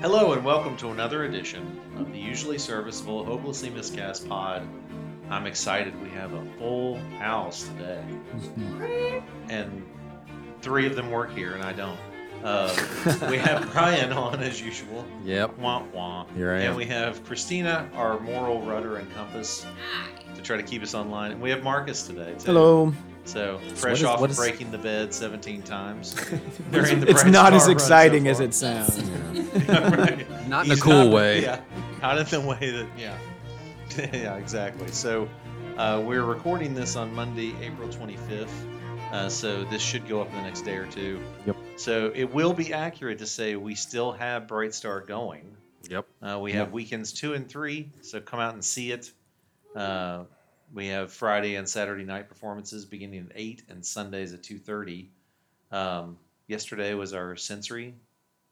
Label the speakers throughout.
Speaker 1: Hello and welcome to another edition of the usually serviceable, hopelessly miscast pod. I'm excited. We have a full house today, and three of them work here, and I don't. Uh, we have Brian on as usual.
Speaker 2: Yep.
Speaker 1: Wah wah.
Speaker 2: Here I
Speaker 1: And
Speaker 2: am.
Speaker 1: we have Christina, our moral rudder and compass, to try to keep us online. And we have Marcus today. Too.
Speaker 3: Hello.
Speaker 1: So fresh
Speaker 2: is-
Speaker 1: off
Speaker 2: what is-
Speaker 1: breaking the bed 17 times.
Speaker 3: It's not as exciting as it sounds.
Speaker 1: sounds.
Speaker 2: Not in a
Speaker 1: He's
Speaker 2: cool
Speaker 1: not-
Speaker 2: way.
Speaker 1: Yeah, not in the way that. Yeah, yeah, exactly. So uh, we're recording this on Monday, April 25th. Uh, so this should go up in the next day or two.
Speaker 2: Yep.
Speaker 1: So it will be accurate to say we still have Bright Star going.
Speaker 2: Yep.
Speaker 1: Uh, we have weekends two and three, so come out and see it. Uh, we have Friday and Saturday night performances beginning at eight and Sundays at two thirty. Um, yesterday was our sensory,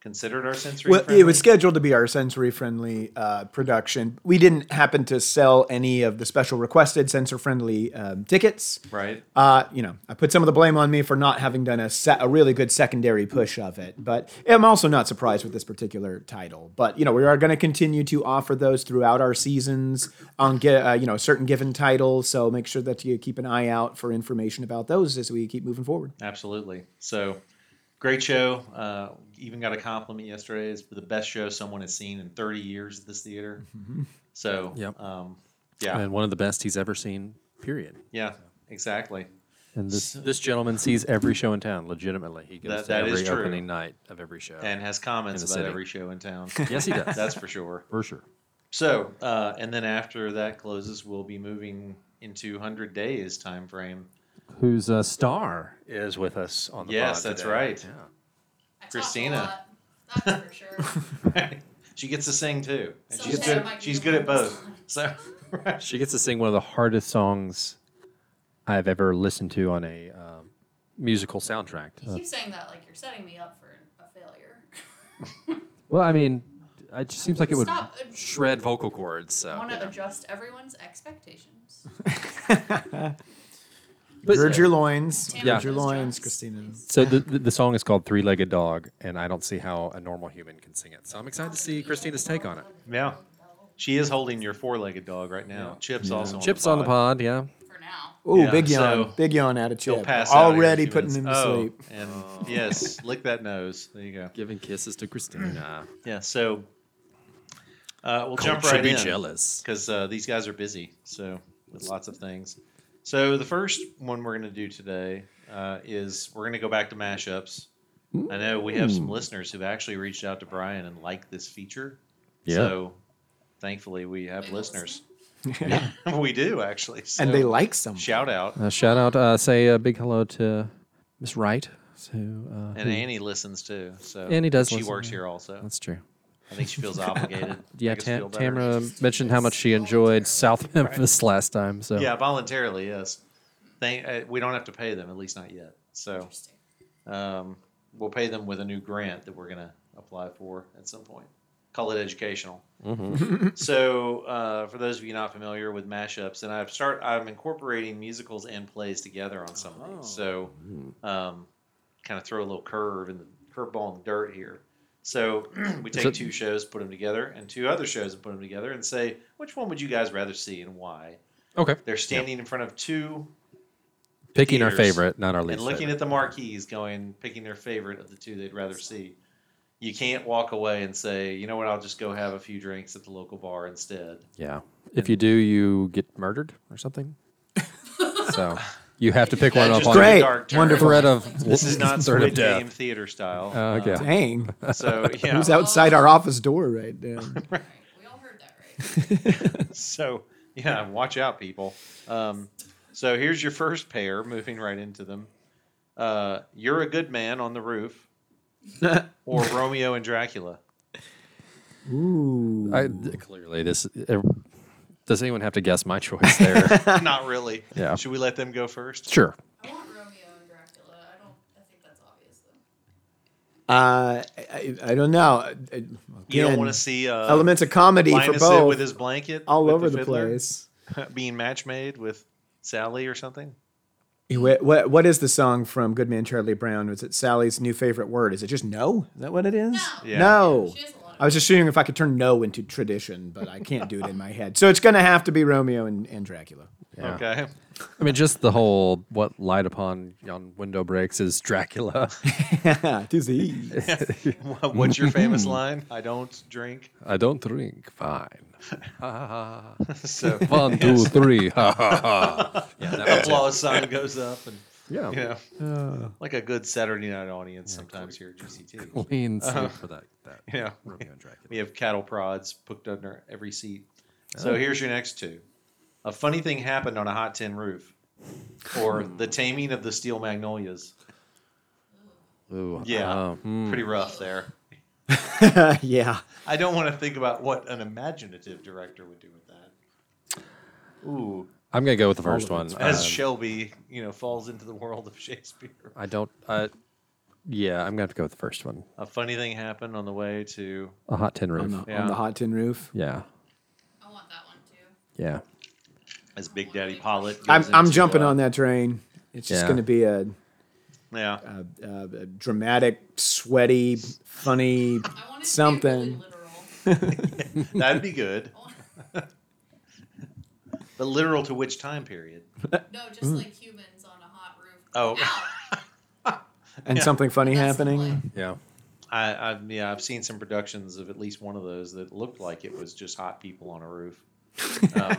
Speaker 1: considered our sensory.
Speaker 3: Well, it was
Speaker 1: friendly.
Speaker 3: scheduled to be our sensory friendly uh, production. We didn't happen to sell any of the special requested sensor friendly um, tickets.
Speaker 1: right.
Speaker 3: Uh, you know, I put some of the blame on me for not having done a, se- a really good secondary push of it, but I'm also not surprised with this particular title. But you know, we are going to continue to offer those throughout our seasons on ge- uh, you know certain given titles. So make sure that you keep an eye out for information about those as we keep moving forward.
Speaker 1: Absolutely. So great show. Uh, even got a compliment yesterday. It's the best show someone has seen in 30 years at this theater. So,
Speaker 2: Mm-hmm. Yep.
Speaker 1: um, yeah,
Speaker 2: And one of the best he's ever seen, period.
Speaker 1: yeah, exactly.
Speaker 2: And this this gentleman sees every show in town legitimately. He goes
Speaker 1: That-
Speaker 2: to
Speaker 1: that is
Speaker 2: every
Speaker 1: true.
Speaker 2: opening night of every show.
Speaker 1: And has comments
Speaker 2: In
Speaker 1: about
Speaker 2: the city.
Speaker 1: every show in town.
Speaker 2: yes, he does.
Speaker 1: That's for sure.
Speaker 2: for sure.
Speaker 1: So, uh, and then after that closes, we'll be moving into 100 days time frame.
Speaker 2: Whose uh, star is with us on the
Speaker 1: Yes,
Speaker 2: pod
Speaker 1: that's
Speaker 2: today.
Speaker 1: right.
Speaker 2: Yeah.
Speaker 4: I talk a
Speaker 1: Christina.
Speaker 4: lot, That's for sure.
Speaker 1: she gets to sing too. And she's
Speaker 4: Someday I
Speaker 1: good,
Speaker 4: might be
Speaker 1: she's
Speaker 4: the
Speaker 1: good at
Speaker 4: one.
Speaker 1: both. So,
Speaker 2: She gets to sing one of the hardest songs I've ever listened to on a um, musical soundtrack.
Speaker 4: You keep saying that like you're setting me up for a failure.
Speaker 2: well, I mean, it just seems like it would
Speaker 4: Stop.
Speaker 2: shred vocal cords. So,
Speaker 4: I want
Speaker 2: you
Speaker 4: to
Speaker 2: know.
Speaker 4: adjust everyone's expectations.
Speaker 2: But-
Speaker 3: Gird your loins.
Speaker 4: Tammy
Speaker 3: Gird your
Speaker 4: Jones
Speaker 3: loins,
Speaker 4: Jones,
Speaker 3: Christina.
Speaker 4: please.
Speaker 2: So the, the the song is called Three Legged Dog, and I don't see how a normal human can sing it. So I'm excited to see Christina's take on it.
Speaker 1: yeah. She is holding your four-legged dog right now. Chips also.
Speaker 2: Chips on the pod, yeah.
Speaker 4: For now.
Speaker 3: Ooh,
Speaker 1: Yeah,
Speaker 3: big yawn.
Speaker 1: so
Speaker 3: big yawn out of
Speaker 1: She'll
Speaker 3: chip.
Speaker 1: pass out here in a
Speaker 3: Already
Speaker 1: few
Speaker 3: putting him
Speaker 1: minutes.
Speaker 3: to
Speaker 1: Oh,
Speaker 3: sleep.
Speaker 1: And yes, lick that nose. There you go.
Speaker 2: Giving kisses to Christina.
Speaker 1: Yeah. So uh, we'll jump
Speaker 2: should
Speaker 1: right
Speaker 2: be
Speaker 1: in
Speaker 2: jealous.
Speaker 1: because uh, these guys are busy. So with lots of things. So the first one we're going to do today uh, is we're going to go back to mashups. I know we have some listeners who've actually reached out to Brian and liked this feature.
Speaker 2: Yeah.
Speaker 1: So thankfully we have
Speaker 4: They
Speaker 1: listeners. we do actually. So
Speaker 3: and they like some.
Speaker 1: shout out.
Speaker 2: Uh, shout out, uh, say a big hello to Miss Wright. So, uh,
Speaker 1: And
Speaker 2: who-
Speaker 1: Annie listens too. So
Speaker 2: Annie does
Speaker 1: She
Speaker 2: listen,
Speaker 1: works
Speaker 2: yeah.
Speaker 1: here also.
Speaker 2: that's true.
Speaker 1: I think she feels obligated.
Speaker 2: Yeah,
Speaker 1: Make us feel
Speaker 2: Tam-
Speaker 1: better.
Speaker 2: Tamara mentioned how much she enjoyed South Memphis last time. So
Speaker 1: Yeah, voluntarily, yes. They, uh, we don't have to pay them, at least not yet. So
Speaker 4: Interesting.
Speaker 1: um, we'll pay them with a new grant that we're going to apply for at some point. Call it educational. so uh, for those of you not familiar with mashups, and I've start, I'm incorporating musicals and plays together on some of these. So um, kind of throw a little curve in the curveball in the dirt here. So we take
Speaker 2: So-
Speaker 1: two shows, put them together, and two other shows, and put them together, and say which one would you guys rather see and why?
Speaker 2: okay,
Speaker 1: They're standing in front of two
Speaker 2: picking our
Speaker 1: Theaters.
Speaker 2: favorite, not our least.
Speaker 1: and looking
Speaker 2: favorite.
Speaker 1: at the marquees, going picking their favorite of the two they'd rather see. You can't walk away and say, you know what, I'll just go have a few drinks at the local bar instead.
Speaker 2: yeah, if you do, you get murdered or something. so you have to pick one
Speaker 1: That
Speaker 2: up
Speaker 1: just
Speaker 2: on
Speaker 1: took a
Speaker 3: Great.
Speaker 1: dark turn.
Speaker 3: Wonderful.
Speaker 2: threat of
Speaker 1: This is not
Speaker 2: threat
Speaker 1: Squid
Speaker 2: of death.
Speaker 1: Game theater style.
Speaker 2: Uh, okay.
Speaker 3: Dang.
Speaker 1: Uh, so yeah.
Speaker 3: Who's outside our office door right now?
Speaker 4: Right. We all heard that, right?
Speaker 1: So yeah, watch out, people. Um, so here's your first pair, moving right into them. Uh, You're a good man on the roof, or Romeo and Dracula.
Speaker 3: Ooh.
Speaker 2: I, clearly, this er, does anyone have to guess my choice there?
Speaker 1: Not really.
Speaker 2: Yeah.
Speaker 1: Should we let them go first?
Speaker 2: sure.
Speaker 4: I want Romeo and Dracula. I don't. I think that's obvious though.
Speaker 3: Uh, I, I don't know. Uh, Again,
Speaker 1: You don't want to see uh,
Speaker 3: elements of comedy for
Speaker 1: Linus it
Speaker 3: both
Speaker 1: with his blanket
Speaker 3: all
Speaker 1: with
Speaker 3: over the,
Speaker 1: fiddler
Speaker 3: place.
Speaker 1: being match made with Sally or something.
Speaker 3: What, what what is the song from Good Man Charlie Brown? Was it Sally's new favorite word? Is it just no? Is that what it is?
Speaker 4: No.
Speaker 1: Yeah.
Speaker 3: No.
Speaker 4: She has a lot of
Speaker 3: I was just seeing if I could turn no into tradition, but I can't do it in my head. So it's going to have to be Romeo and, and Dracula.
Speaker 2: Yeah.
Speaker 1: Okay.
Speaker 2: I mean, just the whole what light upon yon window breaks is Dracula.
Speaker 3: Tis the eve.
Speaker 1: What's your famous line? I don't drink.
Speaker 2: I don't drink. Fine.
Speaker 1: So
Speaker 2: One, two, three. Ha ha ha. Yeah, that was it.
Speaker 1: applause sign goes up, and
Speaker 2: Yeah.
Speaker 1: you know,
Speaker 3: Uh.
Speaker 1: like a good Saturday night audience sometimes here at GCT.
Speaker 2: Clean slate for that. that
Speaker 1: Yeah.
Speaker 2: Romeo and Dracula.
Speaker 1: We have cattle prods hooked under every seat.
Speaker 3: Oh.
Speaker 1: So here's your next two. A funny thing happened on a hot tin roof, or the taming of the steel magnolias.
Speaker 2: Ooh,
Speaker 1: Yeah,
Speaker 2: uh, hmm.
Speaker 1: pretty rough there.
Speaker 3: yeah.
Speaker 1: I don't want to think about what an imaginative director would do with that. Ooh,
Speaker 2: I'm gonna go with the first
Speaker 3: of
Speaker 2: one.
Speaker 3: it's
Speaker 1: as
Speaker 2: Um,
Speaker 1: Shelby, you know, falls into the world of Shakespeare.
Speaker 2: I don't. Uh, yeah, I'm gonna have to go with the first one.
Speaker 1: A funny thing happened on the way to.
Speaker 2: A hot tin
Speaker 3: On
Speaker 2: roof.
Speaker 3: the,
Speaker 1: Yeah.
Speaker 3: on the hot tin roof.
Speaker 2: Yeah,
Speaker 4: I want that one too.
Speaker 2: yeah.
Speaker 1: As Big Daddy Pollitt. goes
Speaker 3: I'm, I'm
Speaker 1: into,
Speaker 3: jumping
Speaker 1: uh,
Speaker 3: on that train. It's just
Speaker 2: Yeah.
Speaker 3: going to be a,
Speaker 1: Yeah.
Speaker 3: a, a, a dramatic, sweaty, funny
Speaker 4: I want it To be really
Speaker 3: something.
Speaker 4: literal.
Speaker 1: That'd be good.
Speaker 4: I want-
Speaker 1: But literal to which time period?
Speaker 4: no, just like humans on a hot roof.
Speaker 1: Oh.
Speaker 4: Ow!
Speaker 3: And something funny
Speaker 4: That's the
Speaker 3: happening.
Speaker 4: play.
Speaker 2: Yeah.
Speaker 1: I, I've yeah, I've seen some productions of at least one of those that looked like it was just hot people on a roof. Um,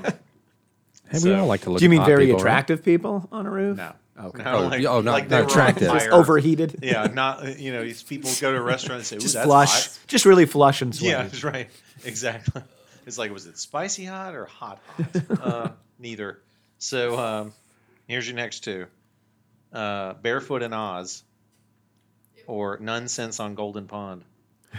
Speaker 2: Hey, we
Speaker 1: So-
Speaker 2: all like to look.
Speaker 3: Do you
Speaker 2: at
Speaker 3: mean
Speaker 2: hot
Speaker 3: very
Speaker 2: people, right?
Speaker 3: attractive people on a roof?
Speaker 1: no,
Speaker 3: Okay.
Speaker 1: No,
Speaker 2: Oh, oh,
Speaker 1: they
Speaker 2: not- not
Speaker 1: were on
Speaker 2: attractive.
Speaker 1: fire.
Speaker 2: Just
Speaker 3: Overheated.
Speaker 1: Yeah, not you know these people go to a restaurant and say, "Ooh,
Speaker 3: Just
Speaker 1: that's
Speaker 3: flush.
Speaker 1: hot."
Speaker 3: Just really flush and
Speaker 1: Yeah,
Speaker 3: sweat.
Speaker 1: that's right. Exactly. It's like, was it spicy hot or hot hot? uh, neither. So um, here's your next two: uh, Barefoot in Oz, or Nonsense on Golden Pond.
Speaker 4: Ooh.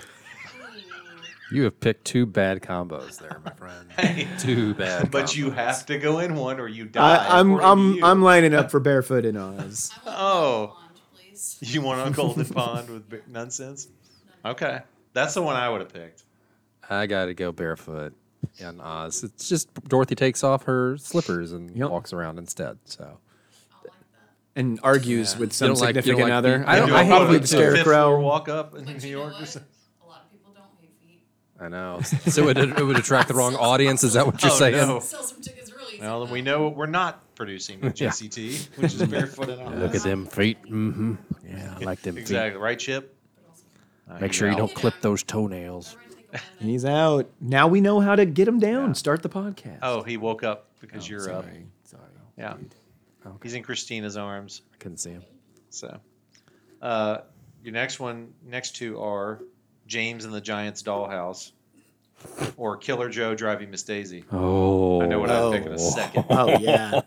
Speaker 2: You have picked two bad combos there, my friend. two bad.
Speaker 1: But you
Speaker 2: combos.
Speaker 1: have to go in one, or you die.
Speaker 3: I, I'm
Speaker 1: according to
Speaker 3: I'm
Speaker 1: you.
Speaker 3: I'm lining up for barefoot in Oz.
Speaker 4: I want
Speaker 1: Oh.
Speaker 4: that Blonde, please.
Speaker 1: You want on Golden Pond with ba- nonsense? Okay, that's the one I would have picked.
Speaker 2: I gotta go barefoot in Oz. It's just Dorothy takes off her slippers and
Speaker 3: Yep.
Speaker 2: walks around instead. So
Speaker 4: I don't like that.
Speaker 3: and argues with some
Speaker 2: don't like- you don't
Speaker 3: significant
Speaker 2: like
Speaker 3: other.
Speaker 2: feet? I don't-
Speaker 1: Do
Speaker 2: I
Speaker 1: a
Speaker 2: hate
Speaker 1: photo
Speaker 2: feet
Speaker 1: of
Speaker 2: too.
Speaker 1: the fifth floor
Speaker 3: scarecrow.
Speaker 1: walk up in
Speaker 4: But
Speaker 1: New
Speaker 4: you know
Speaker 1: York. Or
Speaker 4: what?
Speaker 1: something.
Speaker 4: A lot of people don't hate feet.
Speaker 2: I know. So it, it would attract the wrong audience. Is that what you're
Speaker 1: Oh,
Speaker 2: saying?
Speaker 1: no.
Speaker 4: Sell some tickets really easy. Um,
Speaker 1: Well, then we know what we're not producing with
Speaker 2: Yeah.
Speaker 1: GCT, which is barefoot and on.
Speaker 2: Look at them feet. Mm-hmm. Yeah, I like them
Speaker 1: Exactly right, Chip.
Speaker 4: But also-
Speaker 1: Uh,
Speaker 2: feet. Make
Speaker 1: he's
Speaker 2: sure you
Speaker 1: out.
Speaker 2: don't clip those toenails.
Speaker 4: Everyone take a moment.
Speaker 3: He's out. Now we know how to get him down. Start the podcast.
Speaker 1: Oh, he woke up because you're up.
Speaker 2: sorry. Sorry.
Speaker 1: Yeah,
Speaker 2: Okay.
Speaker 1: he's in Christina's arms.
Speaker 2: I couldn't see him.
Speaker 1: So, uh, your next one, next two are James and the Giant's Dollhouse, or Killer Joe driving Miss Daisy.
Speaker 2: Oh.
Speaker 1: I know what
Speaker 3: Oh.
Speaker 1: I'm picking in a second.
Speaker 3: Oh yeah,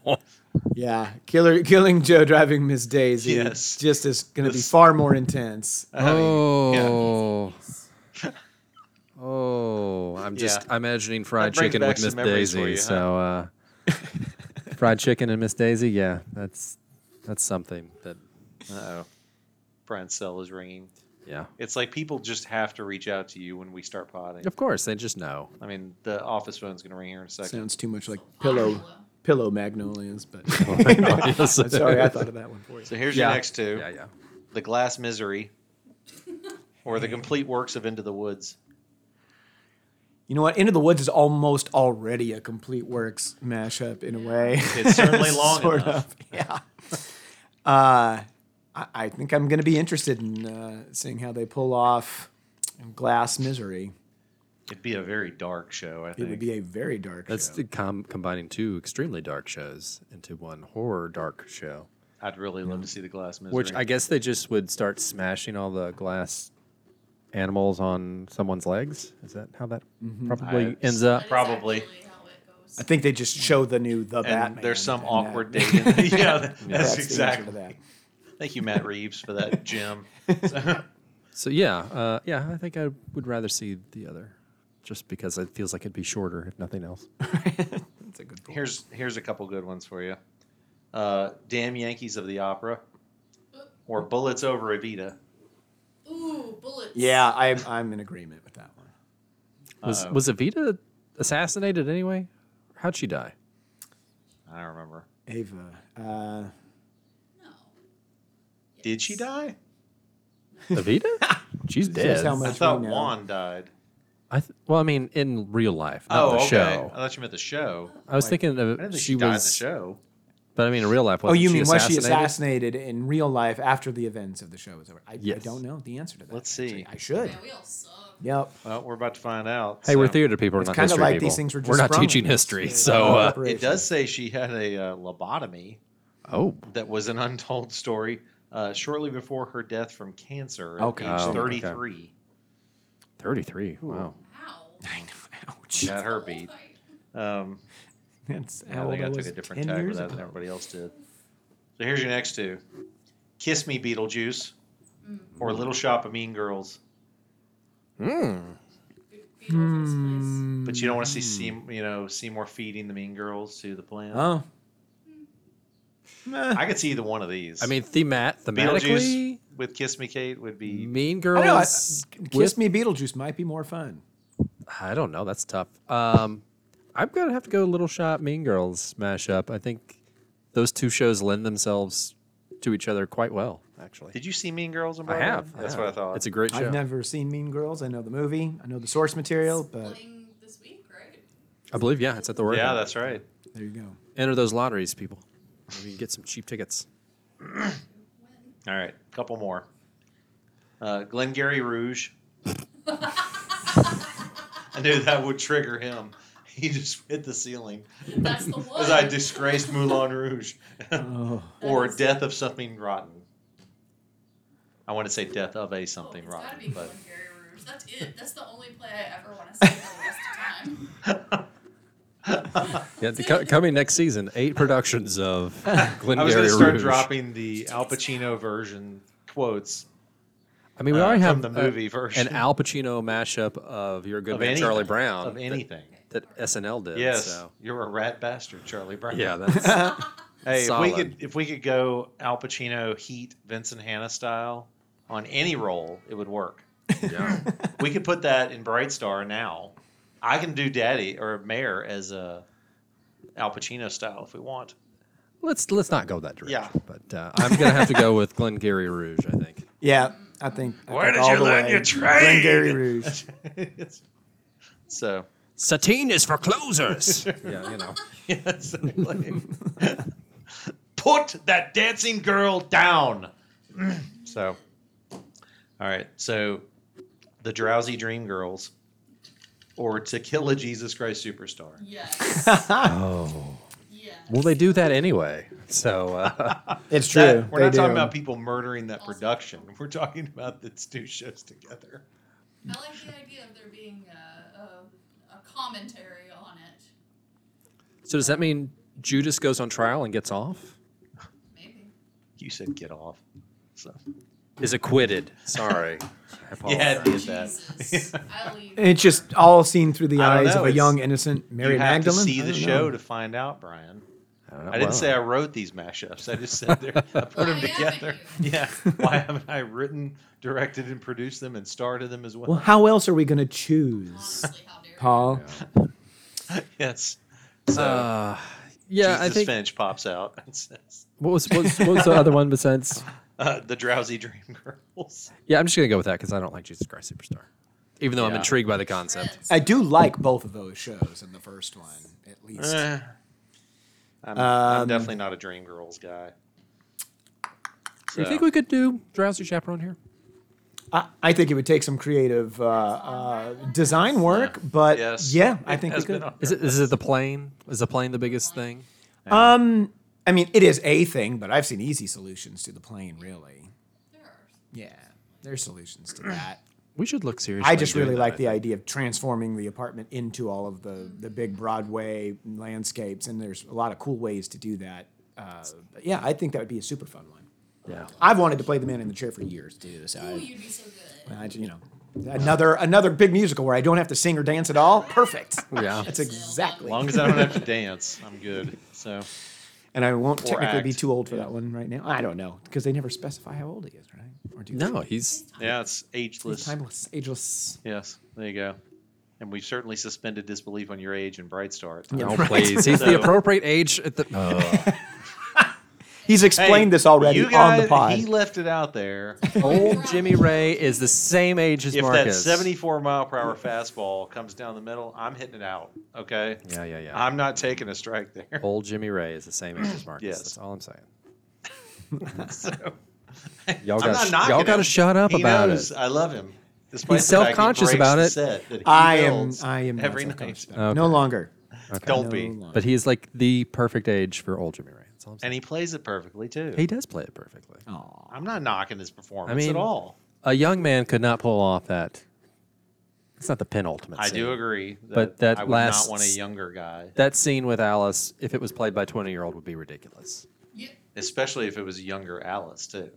Speaker 3: yeah. Killer, killing Joe, driving Miss Daisy.
Speaker 1: Yes.
Speaker 3: just is going to be
Speaker 1: This-
Speaker 3: far more intense.
Speaker 1: I mean, yeah.
Speaker 2: Oh. Oh, I'm just
Speaker 1: Yeah.
Speaker 2: imagining fried
Speaker 1: brings
Speaker 2: chicken
Speaker 1: back
Speaker 2: with
Speaker 1: some
Speaker 2: Miss
Speaker 1: memories
Speaker 2: Daisy.
Speaker 1: for you, huh?
Speaker 2: So, uh, fried chicken and Miss Daisy. Yeah, that's that's something that.
Speaker 1: Uh-oh. Brian's cell is ringing.
Speaker 2: Yeah,
Speaker 1: It's like people just have to reach out to you when we start potting.
Speaker 2: of course they just know.
Speaker 1: I mean, the office phone's going to ring here in a second.
Speaker 3: Sounds too much like pillow, pillow magnolias. But
Speaker 2: Yes.
Speaker 3: I'm sorry, I thought of that one for you.
Speaker 1: So here's
Speaker 2: Yeah.
Speaker 1: your next two.
Speaker 2: Yeah, yeah.
Speaker 1: The Glass Misery or The Complete Works of Into the Woods.
Speaker 3: You know what? Into the Woods is almost already a complete works mashup in a way.
Speaker 1: It's certainly long
Speaker 3: sort
Speaker 1: enough.
Speaker 3: of. Yeah. Uh, I, I think I'm going to be interested in uh, seeing how they pull off Glass Misery.
Speaker 1: It'd be a very dark show, I
Speaker 3: It
Speaker 1: think.
Speaker 3: would be a very dark.
Speaker 2: That's
Speaker 3: show.
Speaker 2: the com- combining two extremely dark shows into one horror dark show,
Speaker 1: I'd really love to see The Glass Misery.
Speaker 2: which I guess they just would start smashing all the glass animals on someone's legs. Is that how that probably
Speaker 1: Mm-hmm. I-
Speaker 2: ends up?
Speaker 4: That is
Speaker 1: Probably.
Speaker 4: actually how it goes.
Speaker 3: I think they just show the new The
Speaker 1: and
Speaker 3: Batman.
Speaker 1: there's some
Speaker 3: and
Speaker 1: awkward
Speaker 3: that-
Speaker 1: date. In there. yeah,
Speaker 3: That's,
Speaker 1: that's,
Speaker 3: the answer
Speaker 1: exactly.
Speaker 3: to that.
Speaker 1: Thank you, Matt Reeves, for that gem.
Speaker 2: So yeah, uh, yeah, I think I would rather see the other, just because it feels like it'd be shorter, if nothing else.
Speaker 3: That's a good point.
Speaker 1: Here's here's a couple good ones for you. Uh, Damn Yankees of the Opera, or Bullets Over Evita.
Speaker 4: Ooh, bullets.
Speaker 3: Yeah, I'm I'm in agreement with that one.
Speaker 2: Was
Speaker 1: Uh-oh.
Speaker 2: was Evita assassinated anyway? How'd she die?
Speaker 1: I don't remember.
Speaker 3: Ava, uh,
Speaker 4: No.
Speaker 1: Did she die?
Speaker 2: Evita? She's
Speaker 3: Says
Speaker 2: dead.
Speaker 3: how
Speaker 1: I
Speaker 3: much- That's
Speaker 1: thought
Speaker 3: right now.
Speaker 1: Juan died.
Speaker 2: I th- well, I mean, in real life, not
Speaker 1: oh,
Speaker 2: the
Speaker 1: okay.
Speaker 2: show.
Speaker 1: I thought you meant the show.
Speaker 2: I was thinking
Speaker 1: I
Speaker 2: of
Speaker 1: didn't
Speaker 2: she,
Speaker 1: think she, died in the
Speaker 2: was,
Speaker 1: show.
Speaker 2: but I mean, in real life,
Speaker 3: Oh,
Speaker 2: wasn't
Speaker 3: you mean was she
Speaker 2: assassinated?
Speaker 3: assassinated in real life after the events of the show is over? I, I
Speaker 2: Yes.
Speaker 3: don't know the answer to that.
Speaker 1: Let's
Speaker 3: actually.
Speaker 1: see.
Speaker 3: I should.
Speaker 4: Man, we all suck.
Speaker 3: Yep.
Speaker 1: Well, we're about to find out.
Speaker 2: Hey, we're
Speaker 1: so.
Speaker 2: theater people, we're
Speaker 3: It's
Speaker 2: not
Speaker 3: kinda
Speaker 2: history
Speaker 3: like
Speaker 2: people.
Speaker 3: these things were
Speaker 2: we're
Speaker 3: just
Speaker 2: not
Speaker 3: sprung
Speaker 2: teaching
Speaker 3: on us.
Speaker 2: history,
Speaker 3: Yeah.
Speaker 2: so uh,
Speaker 1: It does say she had a uh, lobotomy.
Speaker 2: oh,
Speaker 1: that was an untold story uh, shortly before her death from cancer at
Speaker 3: Okay.
Speaker 1: age
Speaker 2: Oh, okay.
Speaker 1: 33.
Speaker 2: 33. Wow,
Speaker 4: Ow.
Speaker 3: I know. Ouch.
Speaker 1: Got her beat.
Speaker 4: Like,
Speaker 1: Um,
Speaker 3: That's
Speaker 1: I
Speaker 3: how old
Speaker 1: think I
Speaker 3: I
Speaker 1: took
Speaker 3: was
Speaker 1: a
Speaker 3: 10
Speaker 1: different tack
Speaker 3: years
Speaker 1: with that than
Speaker 3: ago.
Speaker 1: everybody else did. So here's your next two Kiss Me, Beetlejuice, or Little Shop of Mean Girls.
Speaker 4: Beatles was
Speaker 1: But you don't
Speaker 2: Mm.
Speaker 1: want to see, Seam, you know, Seymour feeding the Mean Girls to the plant.
Speaker 2: Um,
Speaker 3: Oh. Meh.
Speaker 1: I could see either one of these.
Speaker 2: I mean, themat
Speaker 1: Beetlejuice
Speaker 2: thematically,
Speaker 1: with Kiss Me, Kate would be.
Speaker 2: Mean
Speaker 3: I know, I-
Speaker 2: Girls.
Speaker 3: Kiss Me Beetlejuice might be more fun.
Speaker 2: I don't know. That's tough. Um, I'm gonna have to go Little Shop Mean Girls mashup. I think those two shows lend themselves to each other quite well, actually.
Speaker 1: Did you see Mean Girls? In
Speaker 2: I
Speaker 1: Broadway?
Speaker 2: have.
Speaker 1: That's
Speaker 2: yeah.
Speaker 1: what I thought.
Speaker 2: It's a great show.
Speaker 3: I've never seen Mean Girls. I know the movie. I know the source material, but
Speaker 4: playing this week, right?
Speaker 2: I believe, yeah, it's at the Oregon.
Speaker 1: yeah, that's right.
Speaker 3: there you go.
Speaker 2: Enter those lotteries, people. Maybe you can get some cheap tickets.
Speaker 1: All right, couple more. Uh, Glengarry Rouge. I knew that would trigger him. He just hit the ceiling
Speaker 4: That's the one.
Speaker 1: as I disgraced Moulin Rouge,
Speaker 3: Oh,
Speaker 1: or
Speaker 4: That is-
Speaker 1: Death of Something Rotten. I want to say Death of a
Speaker 4: Oh,
Speaker 1: Something
Speaker 4: it's gotta be
Speaker 1: Rotten, but
Speaker 4: Glenn Gary Rouge. That's it. That's the only play I ever want to see for the rest of time.
Speaker 2: Yeah, the, co- coming next season, eight productions of Glengarry
Speaker 1: I was going to start
Speaker 2: Rouge.
Speaker 1: dropping the Al Pacino version quotes
Speaker 2: I mean, we
Speaker 1: uh,
Speaker 2: already
Speaker 1: from
Speaker 2: have
Speaker 1: the
Speaker 2: a-
Speaker 1: movie version
Speaker 2: an Al Pacino mashup of Your Good
Speaker 1: of
Speaker 2: Man
Speaker 1: anything,
Speaker 2: Charlie Brown
Speaker 1: of anything.
Speaker 2: that, that SNL did.
Speaker 1: Yes,
Speaker 2: So.
Speaker 1: you're a rat bastard, Charlie Brown.
Speaker 2: Yeah, that's
Speaker 1: Hey,
Speaker 2: Solid.
Speaker 1: if we could if we could go Al Pacino, Heat, Vincent Hanna style on any role, it would work.
Speaker 2: yeah.
Speaker 1: we could put that in Bright Star now. I can do Daddy or Mayor as a Al Pacino style if we want.
Speaker 2: Let's let's not go that direction.
Speaker 1: Yeah.
Speaker 2: But uh, I'm gonna have to go with Glengarry Rouge. I think.
Speaker 3: yeah. I think. I
Speaker 1: Where
Speaker 3: think
Speaker 1: did
Speaker 3: all
Speaker 1: you
Speaker 3: the
Speaker 1: learn
Speaker 3: way.
Speaker 1: your trade?
Speaker 3: Glengarry Rouge.
Speaker 1: so
Speaker 2: Satine is for closers. yeah, you know.
Speaker 1: yes, like- put that dancing girl down. so, all right. So, the drowsy dream girls, or to kill a Jesus Christ superstar.
Speaker 4: Yes.
Speaker 2: Oh.
Speaker 4: Yes.
Speaker 2: Well, they do that anyway. So uh,
Speaker 3: It's true.
Speaker 1: That- we're
Speaker 3: they
Speaker 1: not talking
Speaker 3: do.
Speaker 1: about people murdering that production. We're talking about the two shows together.
Speaker 4: I like the idea of there being a, a, a commentary on it.
Speaker 2: so does that mean Judas goes on trial and gets off?
Speaker 4: Maybe.
Speaker 1: You said get off. So
Speaker 2: Is acquitted. Sorry. I
Speaker 1: yeah,
Speaker 2: apologize.
Speaker 1: it did
Speaker 4: Jesus.
Speaker 1: that.
Speaker 4: I leave.
Speaker 3: It's just all seen through the
Speaker 1: I don't
Speaker 3: eyes
Speaker 1: know,
Speaker 3: of a
Speaker 1: it's-
Speaker 3: young, innocent Mary
Speaker 1: you have
Speaker 3: Magdalene.
Speaker 1: to see
Speaker 3: I
Speaker 1: the
Speaker 3: don't
Speaker 1: show
Speaker 3: know. Oh,
Speaker 1: to find out, Brian.
Speaker 2: I, don't know.
Speaker 1: I didn't
Speaker 2: Well,
Speaker 1: say I wrote these mashups. I just said they're, I put them
Speaker 4: Why haven't
Speaker 1: together. Yeah. Why haven't I written, directed, and produced them and starred in them as well?
Speaker 3: Well, how else are we going to choose,
Speaker 4: Honestly, how dare you.
Speaker 3: Paul?
Speaker 1: yes. So
Speaker 2: Uh, yeah,
Speaker 1: Jesus
Speaker 2: I think.
Speaker 1: Finch pops out and says,
Speaker 2: What was, what was what was the other one besides?
Speaker 1: uh, "The drowsy dream girls."
Speaker 2: Yeah, I'm just gonna go with that because I don't like Jesus Christ Superstar, even though I'm
Speaker 1: Yeah.
Speaker 2: intrigued by the concept.
Speaker 4: Friends.
Speaker 3: I do like both of those shows, and the first one at least.
Speaker 1: Eh. I'm, I'm
Speaker 3: Um,
Speaker 1: definitely not a dream girls guy.
Speaker 2: Do you
Speaker 1: So-
Speaker 2: think we could do Drowsy Chaperone here?
Speaker 3: I, I think it would take some creative uh, uh, design work, but
Speaker 1: Yes.
Speaker 3: Uh, yeah, I
Speaker 1: It
Speaker 3: think we
Speaker 1: has been
Speaker 3: could.
Speaker 1: on
Speaker 2: Is it is it the plane? Is the plane the biggest thing?
Speaker 3: Um, I mean, it is a thing, but I've seen easy solutions to the plane. Really,
Speaker 4: There are.
Speaker 3: yeah, there's solutions to that.
Speaker 2: We should look seriously.
Speaker 3: I just
Speaker 2: into doing
Speaker 3: really
Speaker 2: that,
Speaker 3: like the
Speaker 2: think.
Speaker 3: idea of transforming the apartment into all of the the big Broadway landscapes, and there's a lot of cool ways to do that. Uh, but yeah, I think that would be a super fun one.
Speaker 2: Yeah.
Speaker 3: I've wanted to play the man in the chair for years too, so
Speaker 4: Ooh,
Speaker 3: I,
Speaker 4: Oh, you'd be so good.
Speaker 3: I you know. Another another big musical where I don't have to sing or dance at all. Perfect.
Speaker 2: Yeah.
Speaker 3: That's exactly.
Speaker 1: As long as I don't have to dance, I'm good. So
Speaker 3: And I won't
Speaker 1: Or
Speaker 3: technically be
Speaker 1: act.
Speaker 3: too old for that one right now. I don't know because they never specify how old he is, right? Or do
Speaker 2: No, he's
Speaker 1: yeah, it's
Speaker 3: He's
Speaker 1: ageless.
Speaker 3: timeless, ageless.
Speaker 1: Yes, there you go. And we've certainly suspended disbelief on your age in Bright Star.
Speaker 2: no Oh.
Speaker 3: right.
Speaker 2: plays. He's the
Speaker 1: So-
Speaker 2: appropriate age at the.
Speaker 3: He's explained this already
Speaker 1: you guys,
Speaker 3: on the pod.
Speaker 1: He left it out there.
Speaker 2: Old Jimmy Ray is the same age as
Speaker 1: if that
Speaker 2: Marcus.
Speaker 1: 74 mile per hour fastball comes down the middle, I'm hitting it out. Okay.
Speaker 2: Yeah, yeah, yeah.
Speaker 1: I'm not taking a strike there.
Speaker 2: Old Jimmy Ray is the same age as Marcus.
Speaker 1: Yes.
Speaker 2: That's all I'm saying.
Speaker 1: So,
Speaker 2: Y'all
Speaker 1: I'm
Speaker 2: gotta
Speaker 1: not
Speaker 2: sh-
Speaker 1: knocking
Speaker 2: y'all gotta
Speaker 1: him.
Speaker 2: shut up
Speaker 1: He
Speaker 2: about
Speaker 1: knows
Speaker 2: it.
Speaker 1: I love him. Despite
Speaker 2: He's
Speaker 1: the fact he
Speaker 2: self-conscious
Speaker 1: breaks
Speaker 2: about
Speaker 1: the
Speaker 2: it.
Speaker 1: set that he
Speaker 3: I am.
Speaker 1: builds
Speaker 3: I am. not
Speaker 1: every
Speaker 3: self-conscious
Speaker 1: night.
Speaker 3: about it.
Speaker 2: Okay.
Speaker 3: No longer.
Speaker 1: Don't
Speaker 3: No
Speaker 1: be.
Speaker 3: longer.
Speaker 2: But he's like the perfect age for old Jimmy Ray. That's all I'm saying.
Speaker 1: And he plays it perfectly too.
Speaker 2: He does play it perfectly.
Speaker 3: Aw.
Speaker 1: I'm not knocking his performance
Speaker 2: I mean,
Speaker 1: at all.
Speaker 2: A young man could not pull off that. It's not the penultimate.
Speaker 1: I
Speaker 2: scene.
Speaker 1: do agree. That
Speaker 2: But that
Speaker 1: I would
Speaker 2: last-
Speaker 1: not want a younger guy,
Speaker 2: That scene with Alice, if it was played by a 20 year old, would be ridiculous.
Speaker 4: Yeah.
Speaker 1: especially if it was a younger Alice too.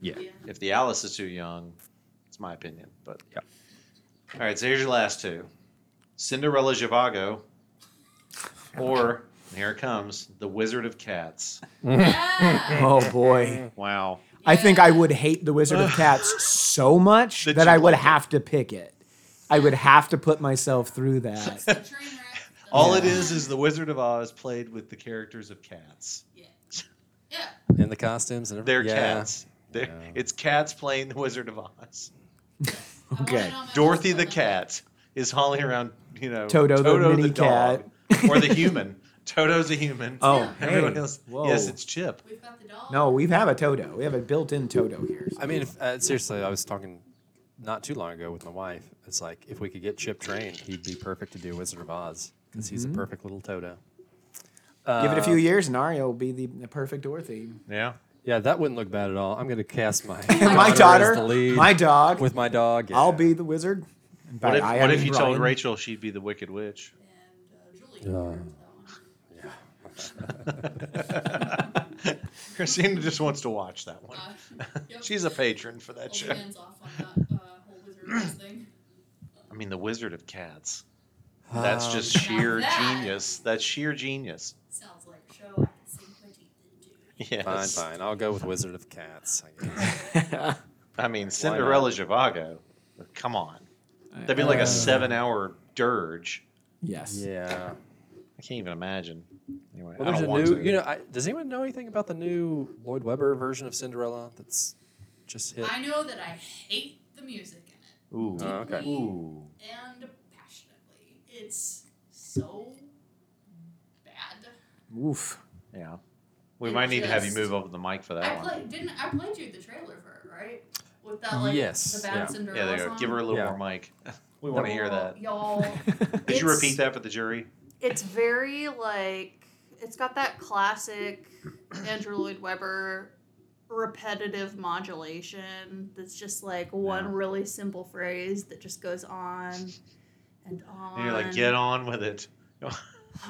Speaker 2: Yeah.
Speaker 4: yeah.
Speaker 1: If the Alice is too young, it's my opinion. But
Speaker 2: Yeah.
Speaker 1: All right, so here's your last two: Cinderella Zhivago, or and here it comes, The Wizard of Cats.
Speaker 4: Yeah.
Speaker 3: Oh boy.
Speaker 1: Wow.
Speaker 3: I think I would hate The Wizard of Cats so much
Speaker 1: Did
Speaker 3: that
Speaker 1: you
Speaker 3: I would
Speaker 1: like it?
Speaker 3: have to pick it. I would have to put myself through that.
Speaker 4: It's a train wreck.
Speaker 1: All it is is The Wizard of Oz played with the characters of cats.
Speaker 4: Yeah. Yeah.
Speaker 2: And the costumes and
Speaker 1: They're
Speaker 2: everything. Yeah.
Speaker 1: cats. They're,
Speaker 2: Yeah.
Speaker 1: It's cats playing The Wizard of Oz.
Speaker 4: I want
Speaker 3: Okay.
Speaker 4: it on my
Speaker 1: Dorothy the
Speaker 4: list.
Speaker 1: cat is hauling around, you know,
Speaker 3: Toto the mini
Speaker 1: dog, or the human. Toto's a human.
Speaker 3: Oh,
Speaker 1: And everyone
Speaker 3: hey.
Speaker 1: else-
Speaker 3: Whoa.
Speaker 1: Yes, it's Chip.
Speaker 4: We've got the dog.
Speaker 3: No, we have a Toto. We have a built-in Toto here.
Speaker 2: I mean, if, uh, seriously, I was talking not too long ago with my wife. It's like, if we could get Chip trained, he'd be perfect to do Wizard of Oz because he's a
Speaker 3: Mm-hmm.
Speaker 2: perfect little Toto.
Speaker 3: Give it a
Speaker 1: uh,
Speaker 3: few years, and Aria will be the, the perfect Dorothy.
Speaker 1: Yeah.
Speaker 2: Yeah, that wouldn't look bad at all. I'm going to cast my,
Speaker 3: my
Speaker 2: as
Speaker 3: daughter,
Speaker 2: the lead
Speaker 3: my dog.
Speaker 2: with my dog.
Speaker 3: I'll
Speaker 2: yeah.
Speaker 3: be the wizard. In
Speaker 1: What
Speaker 3: fact,
Speaker 1: if,
Speaker 3: I
Speaker 1: what
Speaker 3: am
Speaker 1: if you told
Speaker 3: Brian.
Speaker 1: Rachel she'd be the Wicked Witch?
Speaker 4: And uh, Julie. Yeah. That one.
Speaker 1: Christina just wants to watch that one.
Speaker 4: Uh, yep.
Speaker 1: She's a patron for that
Speaker 4: Old
Speaker 1: show.
Speaker 4: man's off on that uh, whole wizard of Oz thing.
Speaker 1: I mean, The Wizard of Cats. That's
Speaker 3: Ah.
Speaker 1: just
Speaker 4: Um,
Speaker 1: sheer
Speaker 4: Now that-
Speaker 1: genius. That's sheer genius.
Speaker 4: Sounds like a show I can sing my teeth into.
Speaker 1: Yes.
Speaker 2: Fine, fine. I'll go with Wizard of Cats. I guess.
Speaker 1: I mean, Cinderella Zhivago. Come on. That'd be like
Speaker 3: Ah.
Speaker 1: a seven hour dirge.
Speaker 3: Uh, Yes.
Speaker 2: yeah.
Speaker 1: I can't even imagine. Anyway,
Speaker 2: Well,
Speaker 1: I
Speaker 2: there's
Speaker 1: don't
Speaker 2: a
Speaker 1: want
Speaker 2: new.
Speaker 1: to.
Speaker 2: You know, I, does anyone know anything about the new Lloyd Webber version of Cinderella that's just hit?
Speaker 4: I know that I hate the music in it,
Speaker 1: Ooh.
Speaker 2: Oh, okay.
Speaker 1: Ooh.
Speaker 4: and passionately. It's so bad.
Speaker 3: Oof.
Speaker 1: Yeah. We
Speaker 4: It
Speaker 1: might need to have you
Speaker 4: just-
Speaker 1: move over the mic for that
Speaker 4: I
Speaker 1: one.
Speaker 4: played didn't I played you the trailer for it, right? With that like
Speaker 2: Yes,
Speaker 4: the bad
Speaker 2: yeah.
Speaker 4: Cinderella
Speaker 1: yeah, there you go.
Speaker 4: song.
Speaker 1: Give her a little
Speaker 2: Yeah.
Speaker 1: more mic. We want to hear that.
Speaker 4: Y'all
Speaker 1: Could you
Speaker 4: It's-
Speaker 1: repeat that for the jury?
Speaker 4: it's very like it's got that classic Andrew Lloyd Webber repetitive modulation that's just like one
Speaker 1: Yeah.
Speaker 4: really simple phrase that just goes on and on.
Speaker 1: And you're like, get on with it.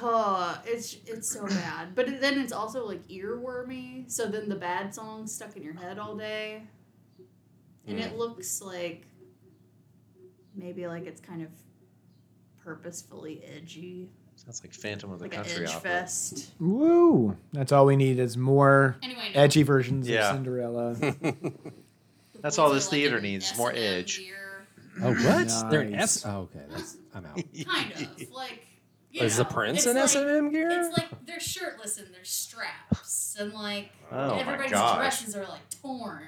Speaker 4: Oh, it's it's so bad. But then it's also like earwormy. So then the bad song's stuck in your head all day. And
Speaker 1: Mm.
Speaker 4: it looks like maybe like it's kind of purposefully edgy.
Speaker 1: Sounds like Phantom of the
Speaker 4: Like an
Speaker 1: Country
Speaker 4: edge
Speaker 1: Opera.
Speaker 4: fest.
Speaker 3: Woo. That's all we need is more
Speaker 4: Anyway, no,
Speaker 3: edgy versions
Speaker 1: Yeah.
Speaker 3: of Cinderella.
Speaker 2: Hmm.
Speaker 4: the
Speaker 1: That's
Speaker 4: boys
Speaker 1: all
Speaker 4: are,
Speaker 1: this
Speaker 4: like,
Speaker 1: theater
Speaker 4: in
Speaker 1: needs, is more
Speaker 4: S&M
Speaker 1: edge.
Speaker 4: gear.
Speaker 2: oh, what? They're an
Speaker 3: Nice.
Speaker 2: S. Oh, okay. That's, I'm out.
Speaker 4: Kind of like you
Speaker 2: Oh, Is the
Speaker 4: know,
Speaker 2: Prince
Speaker 4: it's
Speaker 2: in
Speaker 4: like-
Speaker 2: SMM gear?
Speaker 4: It's like they're shirtless and they're straps and like
Speaker 1: Oh my
Speaker 4: everybody's
Speaker 1: gosh.
Speaker 4: dresses are like torn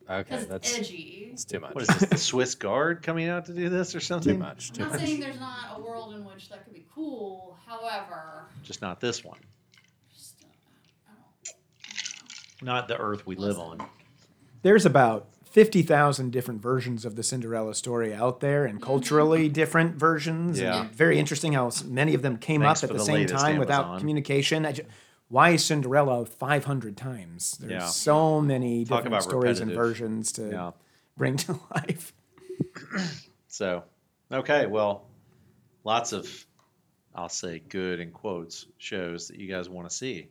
Speaker 4: because
Speaker 2: okay,
Speaker 4: it's
Speaker 2: that's
Speaker 4: edgy.
Speaker 2: it's too much.
Speaker 1: What is this? The Swiss Guard coming out to do this or something?
Speaker 2: Too much. Too
Speaker 4: I'm not
Speaker 2: much.
Speaker 4: saying there's not a world in which that could be cool. However,
Speaker 1: Just not this one.
Speaker 4: just, uh, I
Speaker 1: Not the earth we live on.
Speaker 4: Listen.
Speaker 3: There's about 50,000 different versions of the Cinderella story out there and culturally different versions. and
Speaker 1: Mm-hmm. Yeah.
Speaker 3: very interesting how s- many of them came
Speaker 1: Thanks
Speaker 3: up
Speaker 1: for
Speaker 3: at
Speaker 1: the
Speaker 3: the, same
Speaker 1: latest,
Speaker 3: time without
Speaker 1: Amazon.
Speaker 3: communication. I ju- why is Cinderella 500 times? There's
Speaker 1: Yeah.
Speaker 3: so many
Speaker 1: Talk
Speaker 3: different
Speaker 1: about
Speaker 3: stories and
Speaker 1: repetitive.
Speaker 3: versions to
Speaker 1: Yeah.
Speaker 3: bring to life.
Speaker 1: So, okay, well, lots of, I'll say, good in quotes shows that you guys want to see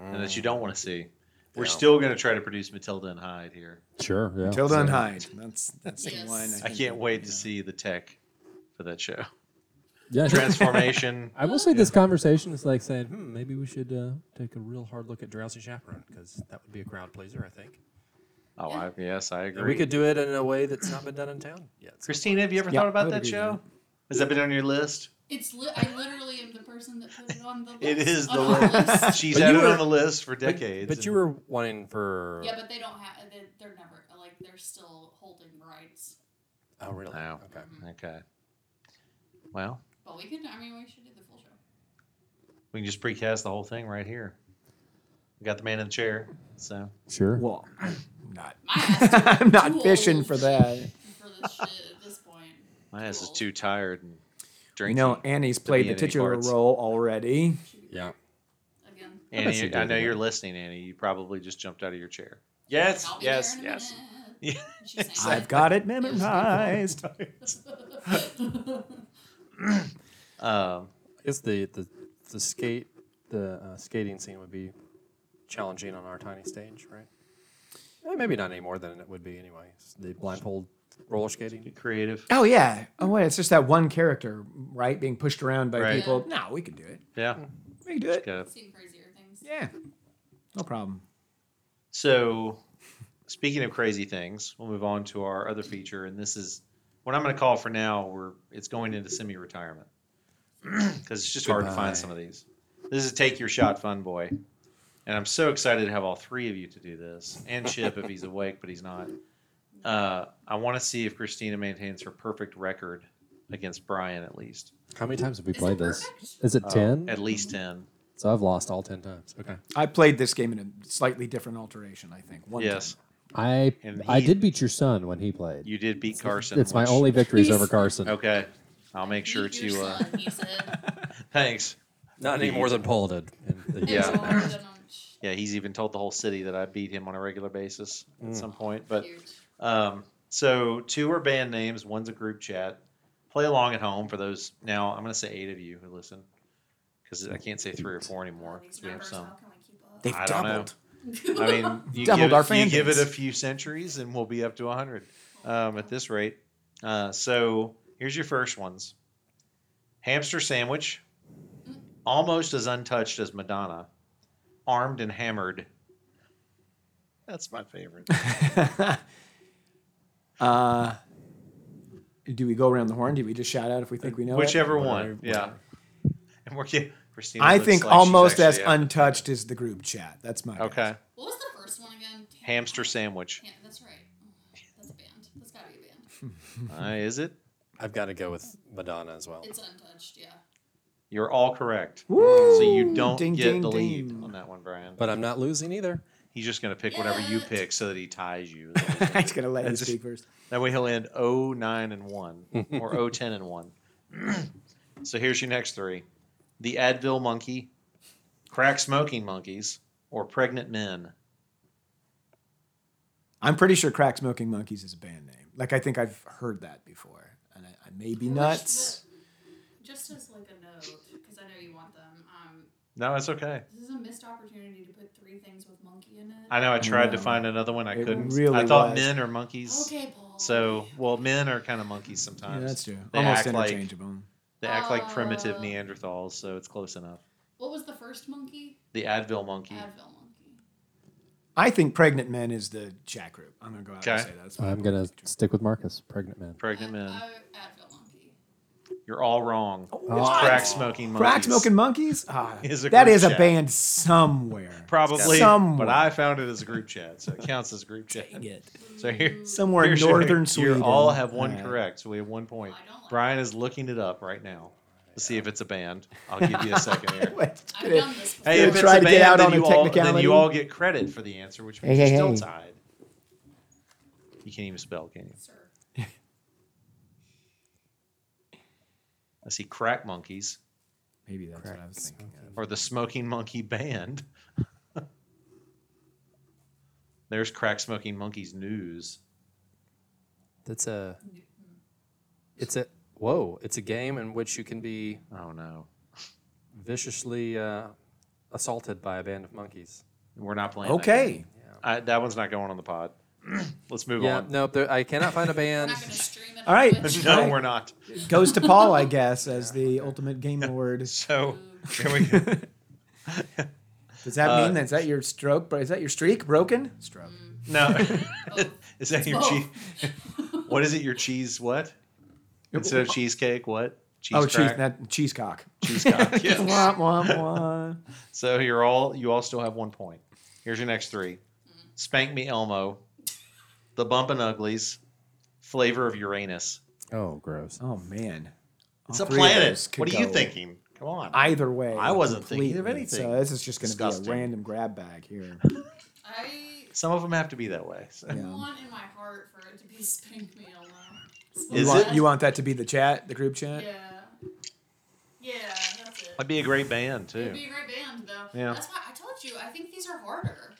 Speaker 1: and that you don't want to see. We're
Speaker 2: Yeah.
Speaker 1: still going to try to produce Matilda and Hyde here.
Speaker 2: Sure. Oh, Yeah.
Speaker 3: Tilda and Hyde. That's that's the
Speaker 4: Yes.
Speaker 3: one.
Speaker 1: I
Speaker 3: think
Speaker 1: can't
Speaker 3: of.
Speaker 1: wait to see the tech for that show.
Speaker 5: Yeah, I think-
Speaker 1: Transformation.
Speaker 5: I will say this conversation is like saying, hmm, maybe we should uh, take a real hard look at Drowsy Chaperone because that would be a crowd pleaser, I think.
Speaker 1: Oh, I, yes, I agree.
Speaker 2: We could do it in a way that's not been done in town yet.
Speaker 1: Christina, have you ever
Speaker 3: Yeah,
Speaker 1: thought
Speaker 3: I
Speaker 1: about
Speaker 3: would
Speaker 1: that
Speaker 3: agree
Speaker 1: show?
Speaker 3: with
Speaker 1: Has that been on your list?
Speaker 4: It's li- I literally am the person that put it on the list.
Speaker 1: It is the
Speaker 4: on our list.
Speaker 1: one. She's
Speaker 6: But
Speaker 1: had
Speaker 6: you
Speaker 1: it
Speaker 6: were-
Speaker 1: on the list for
Speaker 6: But-
Speaker 1: decades.
Speaker 6: But, you
Speaker 1: and-
Speaker 6: were wanting for.
Speaker 4: Yeah, but they don't have. They're, they're never like they're still holding rights.
Speaker 2: Oh, really?
Speaker 1: No.
Speaker 2: Okay.
Speaker 1: Okay. Well,
Speaker 4: But we could. I mean, we should do the full show.
Speaker 1: we can just precast the whole thing right here. We got the man in the chair. So
Speaker 2: Sure.
Speaker 3: Well, not.
Speaker 4: My ass is
Speaker 3: I'm
Speaker 4: too
Speaker 3: not fishing
Speaker 4: old
Speaker 3: for that.
Speaker 4: for this shit at this point.
Speaker 1: my ass is
Speaker 4: Cool.
Speaker 1: too tired and
Speaker 3: You
Speaker 1: drinking.
Speaker 3: know, Annie's played the
Speaker 1: in any
Speaker 3: titular
Speaker 1: parts.
Speaker 3: role already.
Speaker 2: Yeah.
Speaker 4: Again.
Speaker 1: Annie,
Speaker 2: she
Speaker 1: I,
Speaker 2: did
Speaker 1: know
Speaker 2: that.
Speaker 1: you're listening, Annie. You probably just jumped out of your chair. Yes,
Speaker 4: I'll be
Speaker 1: yes,
Speaker 4: there in a
Speaker 1: yes.
Speaker 4: minute.
Speaker 1: Yeah.
Speaker 4: She sang
Speaker 3: I've got it memorized.
Speaker 4: it.
Speaker 1: Um,
Speaker 2: I guess the the, the skate the uh, skating scene would be challenging on our tiny stage, right? Eh, maybe not any more than it would be anyway. It's the blindfold roller skating.
Speaker 1: creative.
Speaker 3: Oh yeah. Oh wait, it's just that one character, right, being pushed around by
Speaker 1: Mm. Right.
Speaker 3: people. No, we can do it.
Speaker 1: Yeah.
Speaker 3: We can do it.
Speaker 1: Good.
Speaker 4: Seen crazier things.
Speaker 3: Yeah. No problem.
Speaker 1: So, speaking of crazy things, we'll move on to our other feature, and this is what I'm going to call for now. We're it's going into semi-retirement because it's just hard to
Speaker 2: Goodbye.
Speaker 1: find some of these. This is take your shot, fun boy, and I'm so excited to have all three of you to do this, and Chip if he's awake, but he's not. Uh, I want to see if Christina maintains her perfect record against Brian at least, Uh,
Speaker 2: How many times have we
Speaker 4: Is
Speaker 2: played
Speaker 4: it
Speaker 2: this?
Speaker 4: perfect?
Speaker 2: Is it ten?
Speaker 1: at least ten.
Speaker 2: so I've lost all ten times. Okay.
Speaker 3: I played this game in a slightly different alteration, I think. One
Speaker 1: Yes,
Speaker 3: time.
Speaker 2: I
Speaker 1: And
Speaker 2: I
Speaker 1: he-
Speaker 2: did beat your Oh, son when he played.
Speaker 1: you did beat Carson.
Speaker 2: it's my
Speaker 1: which-
Speaker 2: only victories
Speaker 4: Please.
Speaker 2: over Carson.
Speaker 1: Okay, I'll make sure
Speaker 4: Meet your
Speaker 1: to. Uh,
Speaker 4: son, he said.
Speaker 1: thanks.
Speaker 2: Not any more than Paul did. in the-
Speaker 1: Yeah.
Speaker 4: And so I don't know, sh-
Speaker 1: Yeah, he's even told the whole city that I beat him on a regular basis at some point. But
Speaker 4: huge.
Speaker 1: um, so two are band names, one's a group chat. Play along at home for those. Now I'm going to say eight of you who listen because I can't say three or four anymore
Speaker 4: These
Speaker 1: 'cause we have
Speaker 4: numbers,
Speaker 1: some.
Speaker 4: how can we keep up?
Speaker 3: They've
Speaker 1: I don't know.
Speaker 3: doubled.
Speaker 1: I mean, you,
Speaker 3: Doubled
Speaker 1: give,
Speaker 3: our
Speaker 1: it- you
Speaker 3: fan
Speaker 1: give it
Speaker 3: base.
Speaker 1: a few centuries and we'll be up to 100 um, at this rate. Uh, so here's your first ones Hamster Sandwich, almost as untouched as Madonna, armed and hammered. That's my favorite.
Speaker 3: Uh do we go around the horn? Do we just shout out if we think we know? it?
Speaker 1: Whichever
Speaker 3: Whatever,
Speaker 1: one. Yeah.
Speaker 3: whatever.
Speaker 1: And we're getting Christina.
Speaker 3: I
Speaker 1: looks
Speaker 3: think
Speaker 1: like she's
Speaker 3: almost as
Speaker 1: actually-
Speaker 3: untouched as the group chat. That's my guess.
Speaker 1: Okay.
Speaker 4: What was the first one again? Damn.
Speaker 1: Hamster Sandwich.
Speaker 4: Yeah, that's right. That's a band. That's gotta be a band.
Speaker 1: Uh, is it?
Speaker 2: I've got to go with Madonna as well.
Speaker 4: It's untouched, yeah.
Speaker 1: You're all correct.
Speaker 3: Woo!
Speaker 1: So you don't
Speaker 3: Ding,
Speaker 1: get
Speaker 3: ding,
Speaker 1: the lead
Speaker 3: ding.
Speaker 1: on that one, Brian.
Speaker 2: But I'm not losing either.
Speaker 1: He's just going to pick whatever you
Speaker 4: Yeah.
Speaker 1: pick so that he ties you.
Speaker 3: I'm just gonna let you
Speaker 1: That's just-
Speaker 3: speak first.
Speaker 1: that way he'll end 09 and 1 or 010 and 1. so here's your next three The Advil Monkey, Crack Smoking Monkeys, or Pregnant Men.
Speaker 3: I'm pretty sure Crack Smoking Monkeys is a band name. Like I think I've heard that before, and I, I may be nuts.
Speaker 4: Just as like a note, because I know you want them. Um,
Speaker 1: No, it's okay.
Speaker 4: this is a missed opportunity to put three things with monkey in it.
Speaker 1: I know I tried to
Speaker 3: Yeah.
Speaker 1: find another one. I
Speaker 3: It
Speaker 1: couldn't. I
Speaker 3: really
Speaker 1: thought
Speaker 3: was.
Speaker 1: men are monkeys.
Speaker 4: Okay, Paul.
Speaker 1: So, well, men are kind of monkeys
Speaker 3: Yeah,
Speaker 1: sometimes.
Speaker 3: that's true.
Speaker 1: They
Speaker 3: Almost
Speaker 1: act like
Speaker 3: interchangeable.
Speaker 1: they act like primitive
Speaker 4: Uh,
Speaker 1: Neanderthals, so it's close enough.
Speaker 4: what was the first monkey?
Speaker 1: The Advil monkey.
Speaker 4: Advil monkey.
Speaker 3: I think Pregnant Men is the chat group. I'm gonna go out and
Speaker 1: Okay.
Speaker 3: say that's
Speaker 2: I'm gonna stick with Marcus, pregnant man.
Speaker 1: Pregnant
Speaker 4: Ad-
Speaker 1: men.
Speaker 4: uh, Advil monkey.
Speaker 1: You're all wrong.
Speaker 3: Oh,
Speaker 1: It's
Speaker 2: what?
Speaker 1: crack smoking monkeys.
Speaker 3: Crack Smoking Monkeys. Ah,
Speaker 1: Is a
Speaker 3: that
Speaker 1: group
Speaker 3: is a
Speaker 1: chat.
Speaker 3: band somewhere.
Speaker 1: Probably,
Speaker 3: Somewhere.
Speaker 1: but I found it as a group chat, so it counts as a group chat. So here,
Speaker 3: Somewhere in
Speaker 1: here's your-
Speaker 3: northern
Speaker 1: You
Speaker 3: Sweden.
Speaker 1: all have one
Speaker 3: Alright.
Speaker 1: correct, so we have one point.
Speaker 4: Oh, I don't like
Speaker 1: Brian is looking it up right now to see if it's a band. I'll give you a second here.
Speaker 4: I've done this before.
Speaker 1: Hey, if
Speaker 3: Gonna
Speaker 1: it's
Speaker 3: try
Speaker 1: a
Speaker 3: to get
Speaker 1: band,
Speaker 3: out
Speaker 1: then
Speaker 3: on a
Speaker 1: you all then
Speaker 3: technicality?
Speaker 1: you all get credit for the answer, which means
Speaker 3: Hey, hey,
Speaker 1: you're
Speaker 3: hey.
Speaker 1: still tied. You can't even spell, can you?
Speaker 4: Sir.
Speaker 1: I see crack monkeys
Speaker 3: Maybe that's what I was thinking. of.
Speaker 1: or the smoking monkey band. There's crack smoking monkeys news.
Speaker 2: That's a. It's a whoa! It's a game in which you can be
Speaker 1: Oh no,
Speaker 2: viciously uh, assaulted by a band of monkeys.
Speaker 1: we're not playing. that game.
Speaker 3: Okay.
Speaker 1: I, that one's not going on the pod. Let's move
Speaker 2: Yeah,
Speaker 1: on.
Speaker 2: no, there, I cannot find a
Speaker 4: We're
Speaker 2: band.
Speaker 4: not gonna stream it.
Speaker 3: All right.
Speaker 4: on Twitch.
Speaker 1: No, we're not.
Speaker 3: Goes to Paul, I guess, as the ultimate game award.
Speaker 1: So here we go.
Speaker 3: Does that
Speaker 1: Uh, Mm-hmm.
Speaker 3: mean that is that your stroke? Is that your streak broken? Stroke.
Speaker 1: No, is that your
Speaker 4: Both.
Speaker 1: cheese? What is it? Your cheese? What? Instead of cheesecake, what? cheese
Speaker 3: Oh, cheese,
Speaker 1: crack.
Speaker 3: that cheese cock.
Speaker 1: cheese cock. Yeah.
Speaker 3: Wah, wah, wah.
Speaker 1: So you're all you all still have one point. Here's your next three: Spank Me Elmo, The Bumpin' Uglies, Flavor of Uranus.
Speaker 2: Oh, gross.
Speaker 3: Oh man,
Speaker 1: It's
Speaker 3: All
Speaker 1: a
Speaker 3: three of
Speaker 1: planet.
Speaker 3: those could
Speaker 1: What are you
Speaker 3: go
Speaker 1: thinking? Come on.
Speaker 3: Either way,
Speaker 1: I wasn't thinking of
Speaker 3: completely. So
Speaker 1: anything.
Speaker 3: this is just going to be
Speaker 1: Disgusting.
Speaker 3: a random grab bag here.
Speaker 4: I
Speaker 1: Some of them have to be that way. So.
Speaker 3: Yeah.
Speaker 4: want in my heart for it to be spank me alone.
Speaker 3: You
Speaker 1: Is
Speaker 3: want,
Speaker 1: it?
Speaker 3: you want that to be the chat, the group chat?
Speaker 4: Yeah. Yeah, that's it.
Speaker 1: That'd be a great band too.
Speaker 4: It'd be a great band though.
Speaker 1: Yeah.
Speaker 4: That's why I told you. I think these are harder.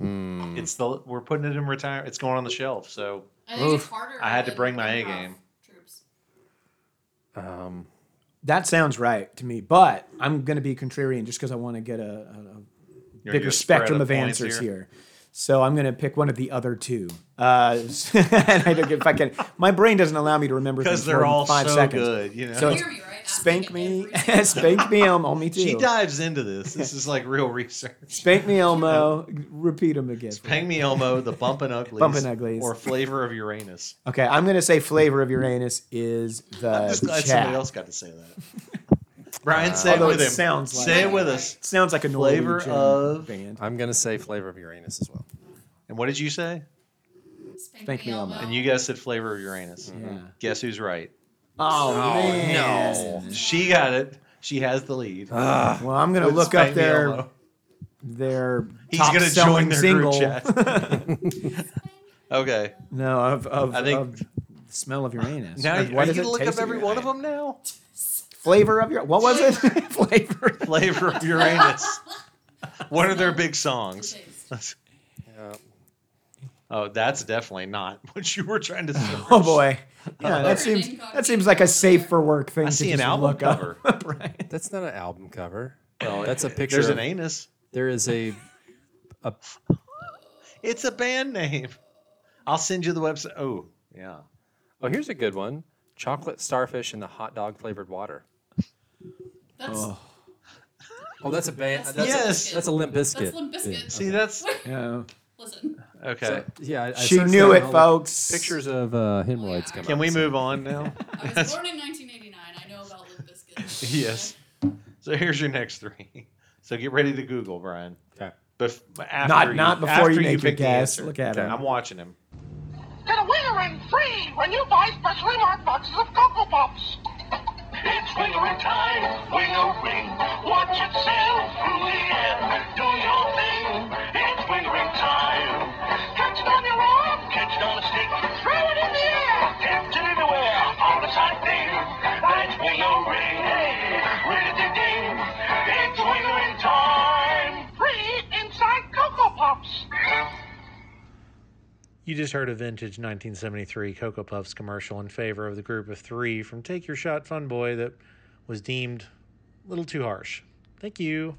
Speaker 3: Mm-hmm.
Speaker 1: It's the we're putting it in retire. It's going on the shelf. So
Speaker 4: I think it's
Speaker 1: Oof.
Speaker 4: harder.
Speaker 1: I had to
Speaker 4: than
Speaker 1: bring my A
Speaker 4: improv
Speaker 1: game.
Speaker 4: Troops.
Speaker 2: Um,
Speaker 3: That sounds right to me, but I'm going to be contrarian just because I want to get a, a- a
Speaker 1: you're
Speaker 3: bigger
Speaker 1: gonna spread
Speaker 3: spectrum of
Speaker 1: points
Speaker 3: answers here. So I'm going to pick one of the other two. Uh, and I don't get, if I can, my brain doesn't allow me to remember
Speaker 1: because
Speaker 3: things
Speaker 1: they're
Speaker 3: more than
Speaker 1: all
Speaker 3: five
Speaker 1: so
Speaker 3: seconds.
Speaker 1: good. You know,
Speaker 3: So it's
Speaker 4: Hear me, right? I
Speaker 3: spank
Speaker 4: think
Speaker 3: me,
Speaker 4: every day.
Speaker 3: spank me, Elmo, me too.
Speaker 1: she dives into this. This is like real research.
Speaker 3: Spank me, Elmo. Repeat them again.
Speaker 1: Spank Me Elmo, The Bumpin' Uglies,
Speaker 3: Bumpin' Uglies.
Speaker 1: or Flavor of Uranus.
Speaker 3: Okay, I'm going to say flavor of Uranus is
Speaker 1: I'm
Speaker 3: the
Speaker 1: just glad somebody
Speaker 3: Uh, chat. Uh,
Speaker 1: else got to say that. Brian, say it
Speaker 3: Although
Speaker 1: with
Speaker 3: it
Speaker 1: him.
Speaker 3: sounds like
Speaker 1: say it
Speaker 4: it.
Speaker 1: with us.
Speaker 3: Sounds like a
Speaker 1: Flavor
Speaker 3: Norwegian
Speaker 1: of-
Speaker 3: band.
Speaker 2: I'm gonna say flavor of Uranus as well.
Speaker 1: And what did you say?
Speaker 4: Spank,
Speaker 3: Spank
Speaker 4: me
Speaker 3: me,
Speaker 4: Elmo.
Speaker 3: Elmo.
Speaker 1: And you guys said Flavor of Uranus.
Speaker 3: Yeah.
Speaker 1: Guess who's right?
Speaker 3: Oh, man.
Speaker 1: She got it. She has the lead.
Speaker 3: Well, I'm gonna
Speaker 1: With
Speaker 3: Uh, look
Speaker 1: Spank
Speaker 3: up
Speaker 1: Me
Speaker 3: their
Speaker 1: Elmo.
Speaker 3: their
Speaker 1: He's
Speaker 3: top
Speaker 1: gonna join
Speaker 3: selling
Speaker 1: their
Speaker 3: single.
Speaker 1: group chat. okay.
Speaker 3: No, of, of
Speaker 1: I think-
Speaker 3: of smell of Uranus.
Speaker 1: Now
Speaker 3: Of
Speaker 1: you,
Speaker 3: what
Speaker 1: are you
Speaker 3: does it
Speaker 1: gonna look up
Speaker 3: taste
Speaker 1: every
Speaker 3: like?
Speaker 1: one of them now?
Speaker 3: Flavor of your what was it? Flavor.
Speaker 1: Flavor of Uranus. What are their big songs?
Speaker 4: Taste.
Speaker 1: Oh, that's definitely not what you were trying to say.
Speaker 3: Oh boy. Yeah, that
Speaker 4: Flavor
Speaker 3: seems
Speaker 4: incognito.
Speaker 3: that seems like a safe for work thing
Speaker 1: I
Speaker 3: to
Speaker 1: see an
Speaker 3: just
Speaker 1: album
Speaker 3: look up.
Speaker 1: cover.
Speaker 3: right.
Speaker 2: That's not an album cover. That's a picture.
Speaker 1: There's
Speaker 2: of-
Speaker 1: an anus.
Speaker 2: there is a.
Speaker 1: It's a band name. I'll send you the website. Oh, yeah.
Speaker 2: Oh, here's a good one: chocolate starfish in the hot dog flavored water.
Speaker 4: That's,
Speaker 2: Oh, that's a band.
Speaker 4: That's
Speaker 2: That's,
Speaker 1: yes.
Speaker 2: a, that's a Limp Bizkit.
Speaker 4: that's Limp Bizkit.
Speaker 1: See, that's
Speaker 3: Yeah.
Speaker 4: Listen,
Speaker 1: okay.
Speaker 2: So, yeah, I, I
Speaker 3: She
Speaker 2: searched
Speaker 3: knew
Speaker 2: that
Speaker 3: it,
Speaker 2: whole-
Speaker 3: folks.
Speaker 2: Pictures of uh, hemorrhoids come
Speaker 1: Can
Speaker 2: up,
Speaker 1: we
Speaker 2: so-
Speaker 1: move on now?
Speaker 4: I was born in 1989. I know about Limp Bizkit.
Speaker 1: yes. So here's your next three. So get ready to Google, Brian.
Speaker 2: Okay.
Speaker 1: Bef- after
Speaker 3: Not
Speaker 1: you,
Speaker 3: not before
Speaker 1: after
Speaker 3: you make your
Speaker 1: pick the
Speaker 3: guess.
Speaker 1: answer.
Speaker 3: Look at
Speaker 1: I'm
Speaker 3: him.
Speaker 1: watching him.
Speaker 7: Get a winner in free when you buy specially marked boxes of Cocoa Pops. It's wingering time, wingering. Watch it sail through the air. Do your thing. It's wingering time. Catch it on your arm, catch it on a stick. Throw it in the air. Catch it anywhere. On the side thing. It's wingering. Hey, ring-a-ding-ding. It's wingering time. Free inside Cocoa Pops.
Speaker 1: You just heard a vintage 1973 Cocoa Puffs commercial in favor of the group of three from Take Your Shot Fun Boy that was deemed a little too harsh. Thank you.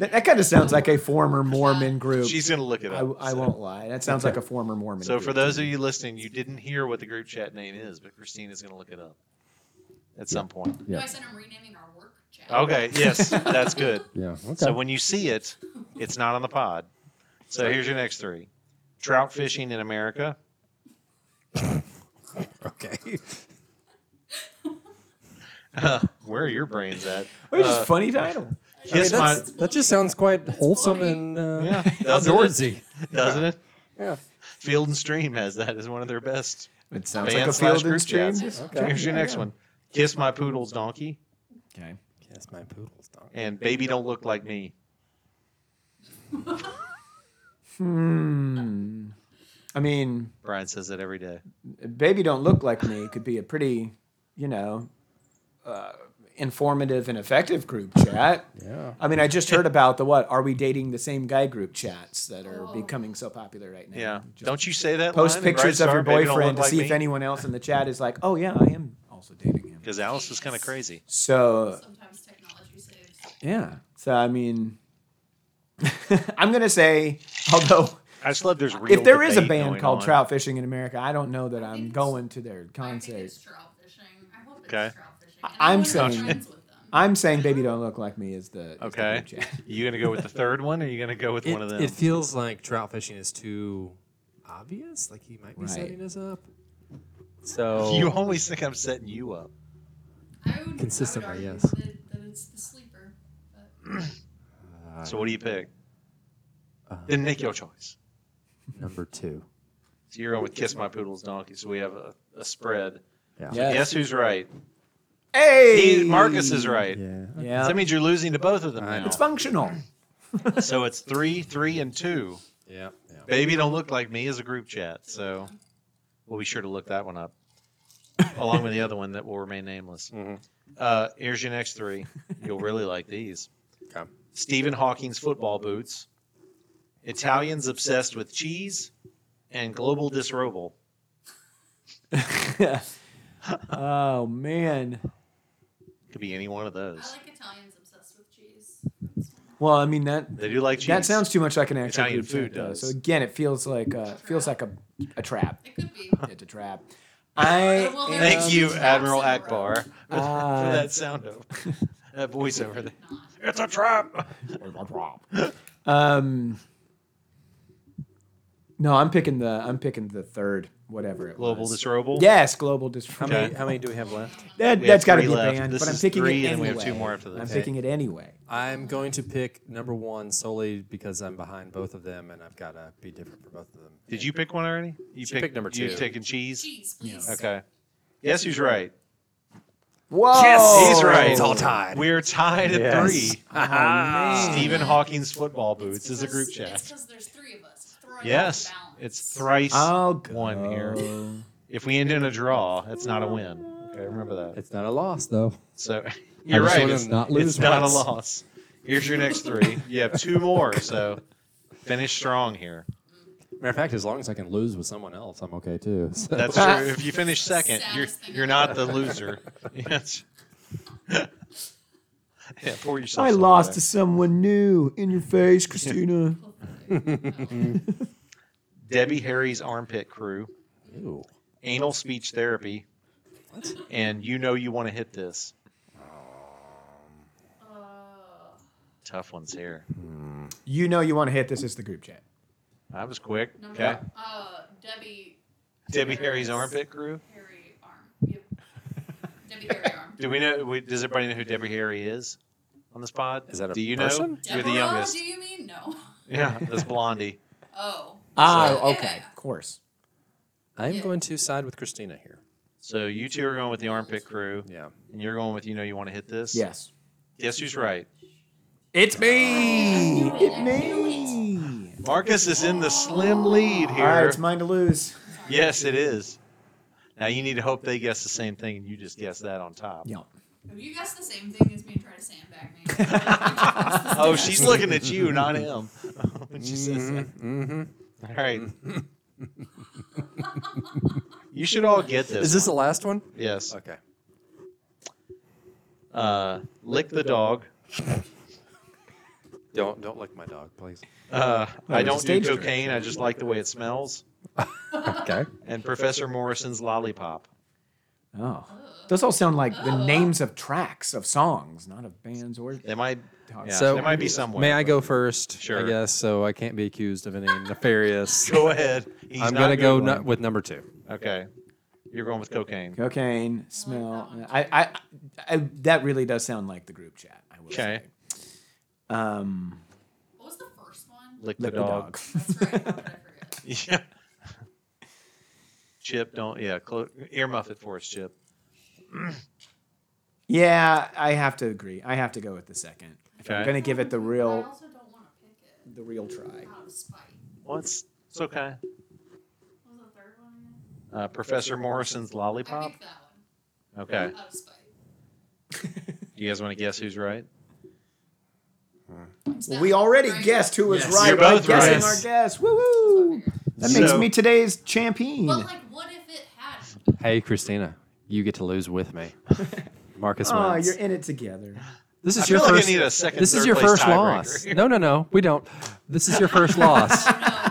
Speaker 3: That, that kind of sounds like a former Mormon group.
Speaker 1: She's going to look it
Speaker 3: I,
Speaker 1: up.
Speaker 3: I
Speaker 1: so.
Speaker 3: won't lie. That sounds like a former Mormon.
Speaker 1: So
Speaker 3: group
Speaker 1: for those of you listening, you didn't hear what the group chat name is, but Christine is going to look it up at some point.
Speaker 4: You
Speaker 2: Yeah.
Speaker 4: guys said I'm renaming our work chat.
Speaker 1: Okay, yes, that's good.
Speaker 2: Yeah. Okay.
Speaker 1: So when you see it, it's not on the pod. So here's your next three: trout fishing in America,
Speaker 2: okay.
Speaker 1: where are your brains at?
Speaker 3: What is
Speaker 1: Uh,
Speaker 3: this funny title?
Speaker 1: Kiss my,
Speaker 2: That's- that just sounds quite wholesome
Speaker 4: funny.
Speaker 2: and uh,
Speaker 1: yeah, doesn't it?
Speaker 2: outdoorsy.
Speaker 1: Doesn't it?
Speaker 2: Yeah.
Speaker 1: Field and Stream has that as one of their best.
Speaker 3: It sounds
Speaker 1: band
Speaker 3: like a
Speaker 1: slash
Speaker 3: field and
Speaker 1: group
Speaker 3: stream.
Speaker 1: chats. Here's your next one: kiss my poodle's donkey
Speaker 3: Okay.
Speaker 2: Yes, my poodle's dog.
Speaker 1: and baby don't look like me.
Speaker 3: Hmm. I mean,
Speaker 1: Brian says that every day.
Speaker 3: "Baby Don't Look Like Me" could be a pretty, you know, uh, informative and effective group chat.
Speaker 2: Yeah.
Speaker 3: I mean, I just heard about the what? Are we dating the same guy? Group chats that are becoming so popular right now.
Speaker 1: Oh. Yeah.
Speaker 3: Just
Speaker 1: Don't you say that?
Speaker 3: post
Speaker 1: line in
Speaker 3: pictures
Speaker 1: Bright
Speaker 3: of
Speaker 1: Star,
Speaker 3: your
Speaker 1: "Baby, don't
Speaker 3: boyfriend to
Speaker 1: look
Speaker 3: see
Speaker 1: like
Speaker 3: if
Speaker 1: me?"
Speaker 3: anyone else in the chat is like, "Oh yeah, I am also dating him."
Speaker 1: Because Alice is kind of crazy.
Speaker 3: So
Speaker 4: Sometimes technology saves.
Speaker 3: yeah. So I mean, I'm gonna say, although.
Speaker 1: I just love there's real
Speaker 3: if there is a
Speaker 1: debate
Speaker 3: band
Speaker 1: going
Speaker 3: called
Speaker 1: on.
Speaker 3: Trout Fishing in America, I don't know that I'm
Speaker 4: think
Speaker 3: going to their
Speaker 4: I think
Speaker 3: concert.
Speaker 4: it's trout fishing. I hope it's
Speaker 1: Okay.
Speaker 4: trout fishing. And
Speaker 3: I'm
Speaker 4: wanna be
Speaker 3: saying-
Speaker 4: friends with them.
Speaker 3: I'm saying "Baby Don't Look Like Me" is the is the
Speaker 1: Okay.
Speaker 3: group chat.
Speaker 1: You gonna go with the third one, or you gonna go with
Speaker 2: It,
Speaker 1: one of them?
Speaker 2: it feels like trout fishing is too obvious. Like he might be
Speaker 3: Right.
Speaker 2: setting us up. So
Speaker 1: you always think I'm setting you up.
Speaker 4: I would,
Speaker 6: Consistently,
Speaker 4: I would argue
Speaker 6: yes.
Speaker 4: That, that it's the sleeper. But
Speaker 1: So what do you pick?
Speaker 2: Uh,
Speaker 1: Then make your choice.
Speaker 2: number two.
Speaker 1: So you're going with Kiss My Poodle's Donkey. So we have a, a spread.
Speaker 2: Yeah.
Speaker 1: Guess who's right?
Speaker 3: Hey,
Speaker 1: He, Marcus is right.
Speaker 2: Yeah.
Speaker 3: Yeah,
Speaker 1: So that means you're losing to both of them
Speaker 2: I
Speaker 1: now.
Speaker 2: know.
Speaker 3: it's functional.
Speaker 1: So it's three, three, and two.
Speaker 2: Yeah. yeah.
Speaker 1: Baby Don't Look Like Me is a group chat. So we'll be sure to look that one up, along with the other one that will remain nameless.
Speaker 2: Mhm.
Speaker 1: Uh, here's your next three. You'll really like these
Speaker 2: Okay.
Speaker 1: Stephen Hawking's football boots, Italians obsessed with cheese, and global disrobal.
Speaker 3: oh man.
Speaker 1: Could be any one of
Speaker 4: I
Speaker 1: those.
Speaker 4: like Italians obsessed with cheese.
Speaker 3: Well, I mean that
Speaker 1: They do like cheese.
Speaker 3: that sounds too much like an actual
Speaker 1: Italian
Speaker 3: group chat,
Speaker 1: food
Speaker 3: though.
Speaker 1: does.
Speaker 3: So again, it feels like a, feels like a, a trap.
Speaker 4: It could be.
Speaker 3: It's a trap. I
Speaker 4: Well,
Speaker 3: am-
Speaker 1: Thank you,
Speaker 4: Um,
Speaker 1: Admiral
Speaker 4: Jackson
Speaker 1: Akbar, for
Speaker 3: Ah.
Speaker 1: that sound of that voice over there.
Speaker 4: Not.
Speaker 1: It's a trap.
Speaker 3: Um, no, I'm picking the I'm picking the third, whatever it
Speaker 1: Global
Speaker 3: was.
Speaker 1: disrobal.
Speaker 3: Yes, global disruption.
Speaker 2: How many? How many do we have left?
Speaker 3: That,
Speaker 1: We have
Speaker 3: that's got to
Speaker 1: three
Speaker 3: be
Speaker 1: left.
Speaker 3: banned,
Speaker 1: This
Speaker 3: but I'm
Speaker 1: is
Speaker 3: picking
Speaker 1: three,
Speaker 3: it
Speaker 1: and we
Speaker 3: anyway.
Speaker 1: have two more after this.
Speaker 3: I'm
Speaker 1: Okay.
Speaker 3: picking it anyway.
Speaker 2: I'm going to pick number one solely because I'm behind both of them, and I've got to be different for both of them.
Speaker 1: Did you pick one already? You
Speaker 2: She picked number
Speaker 1: You
Speaker 2: two.
Speaker 1: taking cheese?
Speaker 4: Cheese, please.
Speaker 1: Okay. Yes, who's right?
Speaker 3: Whoa!
Speaker 1: He's right.
Speaker 2: It's all tied.
Speaker 1: We're tied at
Speaker 2: Yes. Oh, Ah.
Speaker 1: three. Stephen Hawking's football boots is a group
Speaker 4: It's
Speaker 1: chat.
Speaker 4: because there's three of us. Thrice
Speaker 1: Yes,
Speaker 4: balance. Uh,
Speaker 1: it's thrice.
Speaker 3: I'll
Speaker 1: One
Speaker 3: go.
Speaker 1: here. If we end in a draw, that's not a win. Okay, remember that.
Speaker 2: It's not a loss though.
Speaker 1: So you're
Speaker 2: just
Speaker 1: right.
Speaker 2: wanna
Speaker 1: It's, not,
Speaker 2: not lose
Speaker 1: it's not a
Speaker 2: once.
Speaker 1: loss. Here's your next three. You have two more, so finish strong here.
Speaker 2: Matter of fact, as long as I can lose with someone else, I'm okay too. So-
Speaker 1: That's true. If you finish second, you're
Speaker 4: Saddest thing
Speaker 1: you're not the loser. Yes. yeah, pour yourself.
Speaker 3: I
Speaker 1: some
Speaker 3: lost
Speaker 1: wine.
Speaker 3: to someone new in your face, Christina.
Speaker 1: Debbie Harry's armpit crew,
Speaker 2: Ew.
Speaker 1: anal speech therapy, and you know you want to hit this. Tough ones here.
Speaker 3: You know you want to hit this. It's the group chat.
Speaker 1: I was quick.
Speaker 4: Number
Speaker 1: Okay.
Speaker 4: uh, Debbie
Speaker 1: Debbie Harry's armpit crew.
Speaker 4: Harry arm. Yep. Debbie Harry arm.
Speaker 1: Do we know? We, does everybody know who Debbie Harry is on this pod?
Speaker 2: Is that a
Speaker 1: Do you
Speaker 2: person?
Speaker 1: know? You're the
Speaker 4: Deborah,
Speaker 1: youngest.
Speaker 4: Do you mean no?
Speaker 1: Yeah, that's Blondie.
Speaker 4: Oh.
Speaker 1: Ah,
Speaker 3: Oh, okay. Of course.
Speaker 2: I'm
Speaker 4: Yeah.
Speaker 2: going to side with Christina here.
Speaker 1: So you two are going with the armpit crew,
Speaker 2: Yeah.
Speaker 1: and you're going with you know you want to hit this.
Speaker 3: Yes.
Speaker 1: Guess who's right?
Speaker 3: It's me. It me.
Speaker 1: Marcus is in the slim lead
Speaker 3: All right,
Speaker 1: here.
Speaker 3: it's mine to lose.
Speaker 1: yes, it is. Now you need to hope they guess the same thing, and you just guess that on top.
Speaker 3: Yeah.
Speaker 4: If you guess the same thing as me and try to sandbag me.
Speaker 1: Oh, she's looking at you, not him. when she says that.
Speaker 2: Mm-hmm,
Speaker 1: All right. you should all get this.
Speaker 2: Is this the last one?
Speaker 1: yes.
Speaker 2: Okay.
Speaker 1: Uh, lick the dog.
Speaker 2: Don't don't lick my dog, please.
Speaker 1: Uh, I
Speaker 3: it's a
Speaker 1: don't do
Speaker 3: stage
Speaker 1: cocaine. I just like the way it smells.
Speaker 2: Okay.
Speaker 1: And Professor Morrison's lollipop.
Speaker 3: Oh. Those all sound like the names of tracks of songs, not of bands or.
Speaker 1: They might.
Speaker 3: Dog.
Speaker 1: Yeah,
Speaker 2: So
Speaker 1: they might be somewhere.
Speaker 2: May I go first?
Speaker 1: Sure.
Speaker 2: I guess so. I can't be accused of any nefarious.
Speaker 1: Go ahead. He's
Speaker 2: I'm
Speaker 1: not
Speaker 2: gonna go
Speaker 1: Googling.
Speaker 2: nu- with number two.
Speaker 1: Okay. You're going with cocaine.
Speaker 3: Cocaine smell. I, I, I, that really does sound like the group chat. I will
Speaker 1: Okay.
Speaker 3: Say. Um,
Speaker 4: what was the first one?
Speaker 1: Lick,
Speaker 3: lick
Speaker 1: the dog.
Speaker 4: That's right. How could I forget?
Speaker 1: yeah. Chip, don't. Yeah. Clo- earmuff it for us, Chip.
Speaker 3: yeah, I have to agree. I have to go with the second. If I'm
Speaker 1: Okay.
Speaker 3: gonna give it the
Speaker 4: I
Speaker 3: real,
Speaker 4: also don't want to pick it
Speaker 3: the real try.
Speaker 4: out of spite.
Speaker 1: What's. It's okay.
Speaker 4: What was the third one? again?
Speaker 1: Uh, Professor Morrison's
Speaker 4: I
Speaker 1: lollipop.
Speaker 4: picked that
Speaker 1: Okay.
Speaker 4: one out of spite.
Speaker 1: You guys want to guess who's right?
Speaker 4: It's that
Speaker 3: we
Speaker 4: one,
Speaker 3: already
Speaker 4: right?
Speaker 3: guessed who was
Speaker 2: Yes.
Speaker 3: right
Speaker 1: You're
Speaker 3: by
Speaker 1: both
Speaker 3: guessing
Speaker 1: right.
Speaker 3: our guess. Woo woo! That makes
Speaker 1: So-
Speaker 3: me today's champion.
Speaker 4: But like, what if it had?
Speaker 2: Hey, Christina, you get to lose with me. Marcus
Speaker 3: oh,
Speaker 2: wins.
Speaker 3: you're in it together.
Speaker 2: This is
Speaker 1: I
Speaker 2: your
Speaker 1: feel like I
Speaker 2: first.
Speaker 1: need a second,
Speaker 2: this is
Speaker 1: third
Speaker 2: your
Speaker 1: place
Speaker 2: first
Speaker 1: tiebreaker.
Speaker 2: loss. No, no, no. We don't. This is your first loss.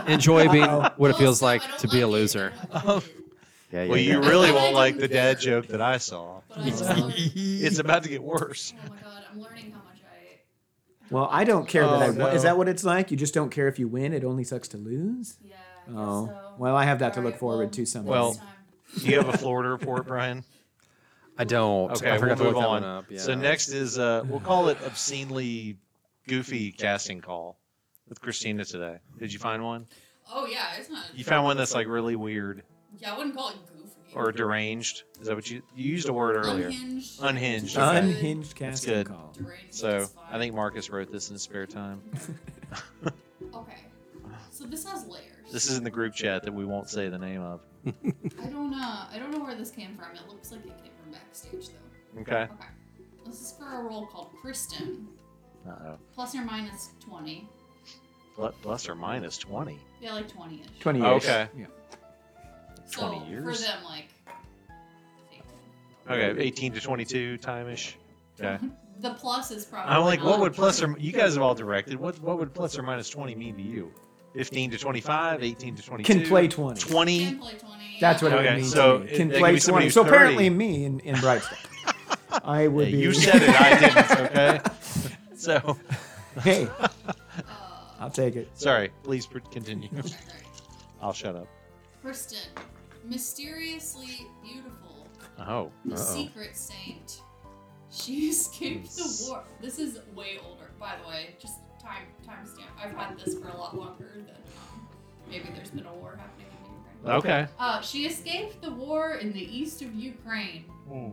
Speaker 2: Enjoy being what it
Speaker 4: Oh,
Speaker 2: feels
Speaker 4: so I
Speaker 2: like
Speaker 4: don't
Speaker 2: to be a
Speaker 4: like it.
Speaker 2: loser.
Speaker 4: I don't like it.
Speaker 2: Yeah, yeah.
Speaker 1: Well, you
Speaker 2: yeah.
Speaker 1: really won't like the dad joke that I saw.
Speaker 4: But I just learned,
Speaker 1: It's about to get worse.
Speaker 4: oh my god, I'm learning how much I.
Speaker 3: Well, I don't care that
Speaker 1: Oh,
Speaker 3: I won. Is
Speaker 1: no.
Speaker 3: that what it's like? You just don't care if you win. It only sucks to lose.
Speaker 4: Yeah. I guess
Speaker 3: Oh,
Speaker 4: so.
Speaker 3: well, I have that to
Speaker 4: All
Speaker 3: look
Speaker 4: right,
Speaker 3: forward
Speaker 4: well,
Speaker 3: to someday.
Speaker 1: Well-
Speaker 4: next time.
Speaker 1: Do you have a Florida report, Brian?
Speaker 2: I don't.
Speaker 1: Okay,
Speaker 2: I forgot
Speaker 1: we'll move
Speaker 2: to look
Speaker 1: on.
Speaker 2: that one up. Yeah.
Speaker 1: So next is uh, we'll call it obscenely goofy casting call with Christina today. Did you find one?
Speaker 4: Oh yeah, it's not.
Speaker 1: You found one that's like really weird
Speaker 4: Yeah, I wouldn't call it goofy.
Speaker 1: or deranged. Is that what you you used a word earlier?
Speaker 4: unhinged.
Speaker 1: Unhinged.
Speaker 4: Okay.
Speaker 3: Unhinged
Speaker 1: That's
Speaker 3: casting
Speaker 1: good.
Speaker 3: call.
Speaker 4: deranged,
Speaker 1: So
Speaker 4: it's fine.
Speaker 1: I think Marcus wrote this in his spare time.
Speaker 4: Okay. So this has layers.
Speaker 1: This is in the group chat that we won't say the name of.
Speaker 4: I don't uh I don't know where this came from. It looks like it came from backstage though.
Speaker 1: Okay.
Speaker 4: Okay. This is for a role called Kristen.
Speaker 1: Uh-oh.
Speaker 4: Plus or minus twenty.
Speaker 1: Pl- Uh, Plus or minus twenty.
Speaker 4: Yeah, like twenty ish.
Speaker 3: Twenty years.
Speaker 1: Okay.
Speaker 4: So
Speaker 1: 20 years?
Speaker 4: for them like fake.
Speaker 1: Okay. Eighteen to twenty-two time-ish. Okay.
Speaker 4: the plus is probably
Speaker 1: I'm like, what
Speaker 4: not.
Speaker 1: would plus or you guys have all directed? What what would plus or minus twenty mean to you? Fifteen to 25, 18 to twenty-two.
Speaker 3: Can play 20.
Speaker 4: Can
Speaker 1: Twenty.
Speaker 4: play twenty.
Speaker 3: That's what it
Speaker 1: Okay,
Speaker 3: would mean.
Speaker 1: so
Speaker 3: to me.
Speaker 1: it-
Speaker 3: can
Speaker 1: that could
Speaker 3: play
Speaker 1: be somebody
Speaker 3: 20.
Speaker 1: who's
Speaker 3: So apparently
Speaker 1: 30.
Speaker 3: me in, in Bright Star. I
Speaker 1: Yeah,
Speaker 3: would be.
Speaker 1: you said it, I didn't. Okay. So
Speaker 3: Hey,
Speaker 4: Uh,
Speaker 3: I'll take it.
Speaker 1: sorry. Please pr- continue.
Speaker 4: okay, all right.
Speaker 1: I'll shut up.
Speaker 4: Kristen, mysteriously beautiful,
Speaker 1: Oh.
Speaker 4: the secret saint. She escaped the war. This is way older, by the way. Just time timestamp. I've had this for a lot longer than um, maybe there's been a war happening in Ukraine.
Speaker 1: Okay.
Speaker 4: Uh, she escaped the war in the east of Ukraine.
Speaker 1: Hmm.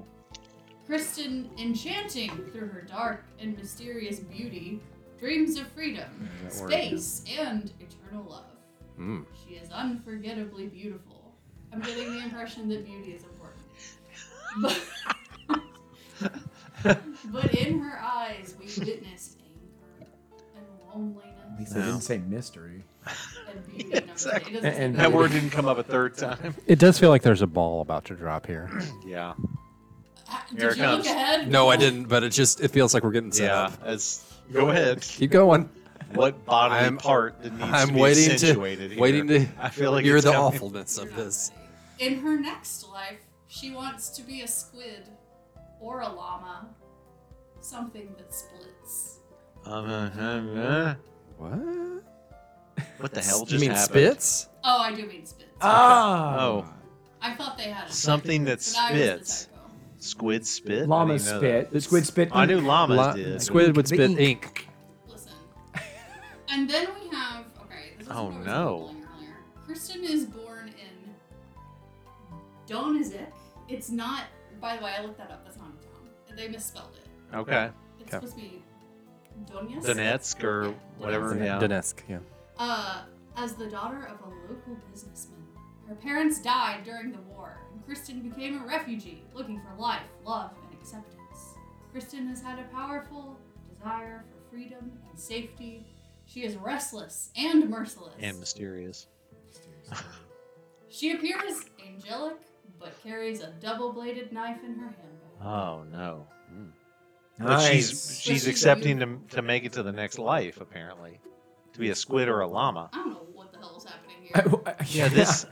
Speaker 4: Kristen, enchanting through her dark and mysterious beauty, dreams of freedom, space, and eternal love.
Speaker 6: Mm.
Speaker 4: She is unforgettably beautiful. I'm getting the impression that beauty is important. But, but in her eyes, we witness anger and
Speaker 3: At
Speaker 4: loneliness
Speaker 3: least they
Speaker 1: No.
Speaker 3: didn't say mystery.
Speaker 4: and beauty. number eight.
Speaker 1: Exactly.
Speaker 4: It doesn't
Speaker 3: And-
Speaker 1: That
Speaker 4: say
Speaker 1: word didn't come up a third time.
Speaker 2: It does feel like there's a ball about to drop here.
Speaker 1: Yeah.
Speaker 4: Ah, Did
Speaker 1: Here it
Speaker 4: you
Speaker 1: comes.
Speaker 4: look ahead?
Speaker 2: No, I didn't. But it just it feels like we're getting set
Speaker 1: Yeah.
Speaker 2: up.
Speaker 1: That's, go ahead.
Speaker 2: Keep going.
Speaker 1: What bodily
Speaker 2: I'm-
Speaker 1: part that needs to
Speaker 2: I'm
Speaker 1: be
Speaker 2: waiting
Speaker 1: accentuated
Speaker 2: to
Speaker 1: here?
Speaker 2: waiting to
Speaker 1: I feel like
Speaker 2: hear
Speaker 1: it's
Speaker 2: the
Speaker 1: coming.
Speaker 2: awfulness
Speaker 4: You're
Speaker 2: of
Speaker 4: not
Speaker 2: this.
Speaker 4: ready. In her next life, she wants to be a squid or a llama, something that splits.
Speaker 1: Um, uh, um, uh.
Speaker 2: What?
Speaker 1: What the hell just
Speaker 2: you mean
Speaker 1: happened?
Speaker 2: spits?
Speaker 4: Oh, I do mean spits.
Speaker 3: Ah.
Speaker 1: Oh,
Speaker 4: I thought they had a
Speaker 1: Uh, Something that
Speaker 4: but I was the
Speaker 1: spits.
Speaker 4: typo.
Speaker 1: squid spit. I
Speaker 3: Llama
Speaker 1: didn't know that.
Speaker 3: spit. The squid spit.
Speaker 1: I knew llamas
Speaker 2: La-
Speaker 1: did.
Speaker 2: squid would
Speaker 3: The
Speaker 2: spit
Speaker 3: ink.
Speaker 2: ink.
Speaker 4: Listen. And then we have okay. This is
Speaker 1: Oh,
Speaker 4: what I was
Speaker 1: no.
Speaker 4: Googling Earlier. Kristen is born in Donetsk. It's not. By the way, I looked that up. That's not a town. They misspelled it.
Speaker 1: Okay.
Speaker 4: It's
Speaker 2: Okay.
Speaker 4: supposed to be Donetsk.
Speaker 1: Donetsk or
Speaker 4: Yeah,
Speaker 1: whatever.
Speaker 2: Don-
Speaker 1: Yeah.
Speaker 2: Donetsk, yeah.
Speaker 4: Uh, as the daughter of a local businessman. Her parents died during the war, and Kristen became a refugee, looking for life, love, and acceptance. Kristen has had a powerful desire for freedom and safety. She is restless and merciless.
Speaker 1: And mysterious.
Speaker 4: she appears angelic, but carries a double bladed knife in her handbag.
Speaker 1: Oh no. But
Speaker 3: Nice.
Speaker 1: she's she's
Speaker 4: she's
Speaker 1: accepting to, to make it to the next life apparently, to be a squid or a llama.
Speaker 4: I don't know what the hell is happening
Speaker 3: I-
Speaker 4: here.
Speaker 3: I-
Speaker 1: Yeah. This.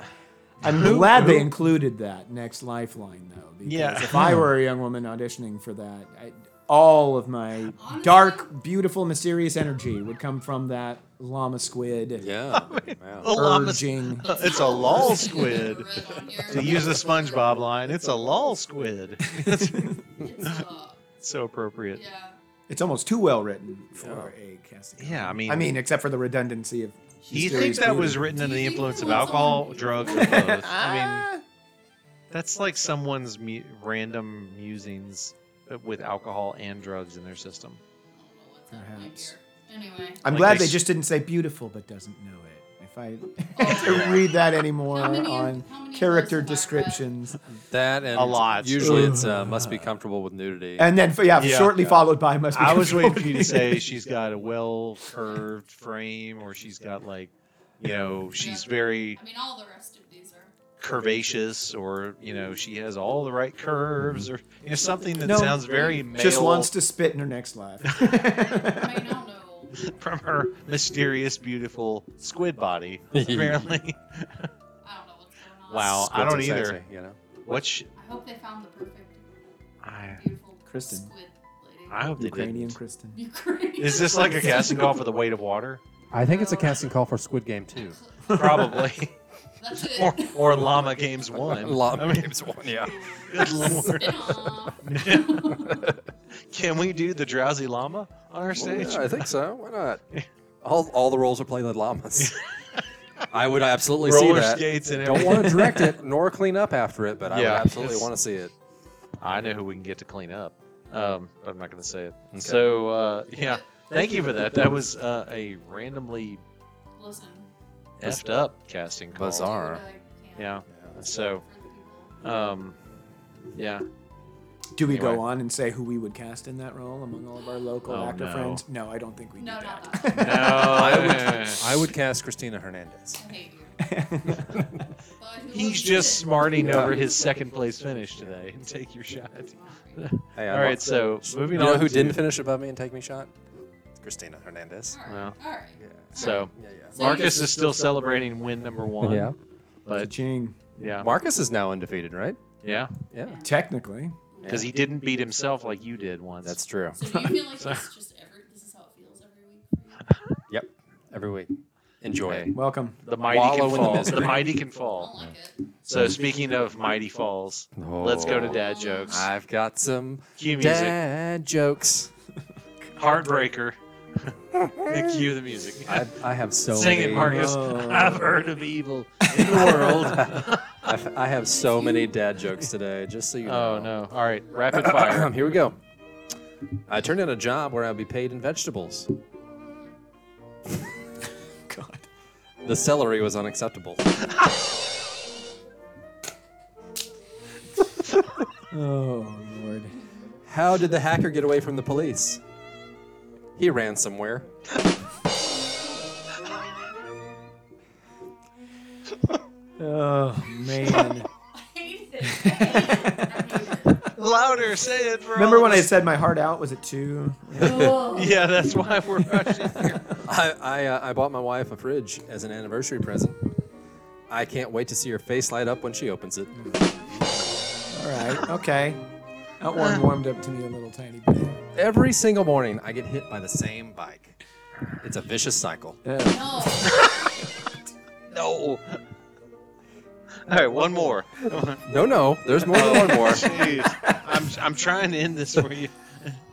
Speaker 3: I'm
Speaker 1: Who-
Speaker 3: glad they
Speaker 1: who-
Speaker 3: included that next lifeline though. Because
Speaker 1: Yeah.
Speaker 3: if I were a young woman auditioning for that, I, all of my dark, beautiful, mysterious energy would come from that llama squid
Speaker 2: Yeah. wow.
Speaker 1: a llama.
Speaker 3: urging.
Speaker 1: It's a lol
Speaker 4: It's
Speaker 1: squid.
Speaker 4: red on here.
Speaker 1: To use
Speaker 4: uh,
Speaker 1: the SpongeBob line, it's a lol squid.
Speaker 4: It's, uh,
Speaker 1: so appropriate.
Speaker 4: yeah.
Speaker 3: It's almost too well written for a casting.
Speaker 1: Yeah, I mean,
Speaker 3: I mean, except for the redundancy of.
Speaker 1: do you think
Speaker 3: mysterious
Speaker 1: that
Speaker 3: beauty.
Speaker 1: was written under
Speaker 4: Do
Speaker 1: the
Speaker 4: you
Speaker 1: influence
Speaker 4: think
Speaker 1: of
Speaker 4: it was
Speaker 1: alcohol,
Speaker 4: on-
Speaker 1: drugs, or both?
Speaker 4: Ah.
Speaker 3: Ah.
Speaker 1: I mean, that's like someone's mu- random musings uh, with alcohol and drugs in their system.
Speaker 4: I don't know what's happening
Speaker 3: Perhaps.
Speaker 4: here. Anyway.
Speaker 3: I'm
Speaker 1: Like
Speaker 3: glad
Speaker 1: they
Speaker 3: they
Speaker 1: s- Oh,
Speaker 3: just didn't say beautiful, but doesn't know it. If I had to read that anymore
Speaker 4: How many-
Speaker 3: on
Speaker 4: how many
Speaker 3: character
Speaker 4: words have I read?
Speaker 3: descriptions,
Speaker 2: That and
Speaker 1: A lot.
Speaker 2: Usually it's uh, must be comfortable with nudity.
Speaker 3: and then yeah,
Speaker 1: Yeah.
Speaker 3: shortly followed by must. Be
Speaker 1: I was waiting
Speaker 3: Controlled
Speaker 1: for you
Speaker 3: Me.
Speaker 1: to say she's got a well curved frame, or she's got like, you know, she's very
Speaker 4: I mean, all the rest of these are.
Speaker 1: curvaceous, or you know, she has all the right curves, or you know, something that
Speaker 3: No,
Speaker 1: sounds very male
Speaker 3: Just wants to spit in her next life.
Speaker 4: I mean, I don't know.
Speaker 1: from her mysterious, beautiful squid body. Apparently,
Speaker 4: I don't know what's going on.
Speaker 1: wow, I
Speaker 2: Squid's
Speaker 1: don't
Speaker 2: are
Speaker 1: either.
Speaker 2: sexy, you know?
Speaker 1: What? Sh-
Speaker 4: I hope they found the perfect,
Speaker 1: I,
Speaker 4: beautiful
Speaker 3: Kristen.
Speaker 4: squid lady.
Speaker 1: I hope they
Speaker 3: Ukrainian
Speaker 1: did.
Speaker 3: Kristen.
Speaker 4: Ukraine.
Speaker 1: Is this like a casting call for the weight of water?
Speaker 2: I think it's a casting call for Squid Game too.
Speaker 1: Probably.
Speaker 4: That's it.
Speaker 1: Or Llama Games 1.
Speaker 2: Lot of games one, yeah.
Speaker 1: Good lord.
Speaker 4: Aw.
Speaker 1: Can we do the drowsy llama on our stage?
Speaker 2: Yeah, I think so. Why not? All, all the roles are played with llamas. I would absolutely see
Speaker 1: Roller
Speaker 2: that.
Speaker 1: skates and
Speaker 2: Don't
Speaker 1: everything.
Speaker 2: want to direct it nor clean up after it, but I
Speaker 1: Yeah,
Speaker 2: would absolutely
Speaker 1: it's-
Speaker 2: want to see it.
Speaker 1: I know who we can get to clean up. Um, but I'm not going to say it. So, uh, yeah. Thank you for that. That was uh, a randomly
Speaker 4: Listen.
Speaker 1: effed up casting call.
Speaker 2: Bizarre.
Speaker 4: do what I can
Speaker 1: Yeah.
Speaker 2: Yeah.
Speaker 1: So,
Speaker 4: for the people.
Speaker 1: um, yeah.
Speaker 3: Do we go
Speaker 1: Anyway.
Speaker 3: on and say who we would cast in that role among all of our local
Speaker 1: Oh,
Speaker 3: actor
Speaker 1: no.
Speaker 3: friends? No, I don't think we do
Speaker 4: No,
Speaker 3: that.
Speaker 4: not that.
Speaker 1: No, I would,
Speaker 2: I would cast Christina Hernandez.
Speaker 4: I hate you. But who
Speaker 1: He's
Speaker 4: wants
Speaker 1: just
Speaker 4: it?
Speaker 1: smarting over his second place finish today. And take your shot.
Speaker 2: Hey,
Speaker 1: All right. So
Speaker 2: You
Speaker 1: moving
Speaker 2: know
Speaker 1: on.
Speaker 2: who
Speaker 1: to-
Speaker 2: didn't finish above me and take me shot? Christina Hernandez.
Speaker 4: All right.
Speaker 1: Well.
Speaker 4: All right.
Speaker 1: So
Speaker 2: Yeah, yeah.
Speaker 4: So
Speaker 1: Marcus
Speaker 4: you-
Speaker 1: is still celebrating win number one.
Speaker 2: Yeah.
Speaker 1: But
Speaker 3: Ching.
Speaker 1: yeah,
Speaker 2: Marcus is now undefeated, right?
Speaker 1: yeah,
Speaker 2: Yeah.
Speaker 3: Technically.
Speaker 1: because he didn't beat himself like you did once.
Speaker 2: That's true.
Speaker 4: So do you feel like it's just every, this is how it feels every week? for you?
Speaker 2: Yep. Every week. Enjoy
Speaker 1: Okay.
Speaker 2: it.
Speaker 3: Welcome.
Speaker 1: the mighty
Speaker 2: Wallow
Speaker 1: can
Speaker 2: in the
Speaker 1: fall. The,
Speaker 2: misery.
Speaker 1: mighty can
Speaker 4: I don't
Speaker 1: fall.
Speaker 4: like it.
Speaker 1: So speaking of mighty falls, let's go to
Speaker 2: Oh.
Speaker 1: dad jokes.
Speaker 2: I've got some
Speaker 1: Cue music.
Speaker 2: dad jokes.
Speaker 1: Heartbreaker. Cue the music.
Speaker 2: I, I have so
Speaker 1: Sing
Speaker 2: many.
Speaker 1: it, Marcus.
Speaker 3: Oh.
Speaker 1: I've heard of evil in the world.
Speaker 2: I, f- I have so many dad jokes today, just so you know.
Speaker 1: oh no! All right, rapid fire.
Speaker 2: Here we go. I turned in a job where I'd be paid in vegetables.
Speaker 3: God.
Speaker 2: The celery was unacceptable.
Speaker 3: Oh, Lord.
Speaker 2: How did the hacker get away from the police? He ran somewhere.
Speaker 3: Oh, man.
Speaker 4: I hate it. I hate it. I hate it.
Speaker 1: Louder, say it. For
Speaker 3: Remember
Speaker 1: all
Speaker 3: when
Speaker 1: of
Speaker 3: I
Speaker 1: us.
Speaker 3: said my heart out was at two?
Speaker 4: Ugh.
Speaker 1: Yeah, that's why we're rushing here.
Speaker 2: I I, uh, I bought my wife a fridge as an anniversary present. I can't wait to see her face light up when she opens it.
Speaker 3: All right. Okay. That
Speaker 4: Uh.
Speaker 3: one warmed up to me a little tiny bit.
Speaker 2: Every single morning, I get hit by the same bike. It's a vicious cycle.
Speaker 3: Yeah.
Speaker 4: No.
Speaker 1: No. All right, one more.
Speaker 2: No, no, there's more than one more.
Speaker 1: Jeez. I'm, I'm trying to end this for you.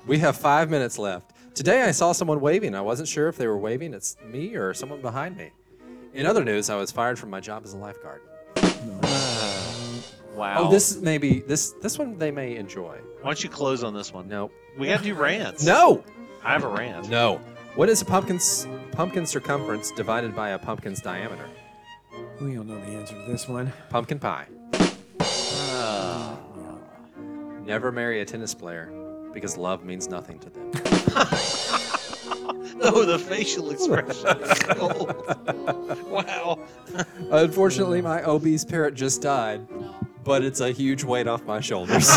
Speaker 2: We have five minutes left. Today I saw someone waving. I wasn't sure if they were waving at s- me or someone behind me. In other news, I was fired from my job as a lifeguard.
Speaker 1: Wow.
Speaker 2: Oh, this may be this this one they may enjoy.
Speaker 1: Why don't you close on this one?
Speaker 2: No,
Speaker 1: We got to do rants.
Speaker 2: no,
Speaker 1: I have a rant.
Speaker 2: no. What is a pumpkin's pumpkin circumference divided by a pumpkin's diameter?
Speaker 3: We all know the answer to this one.
Speaker 2: Pumpkin pie. Ah. Never marry a tennis player because love means nothing to them.
Speaker 1: Oh, the facial expression. Oh. Wow.
Speaker 2: Unfortunately, my obese parrot just died, but it's a huge weight off my shoulders.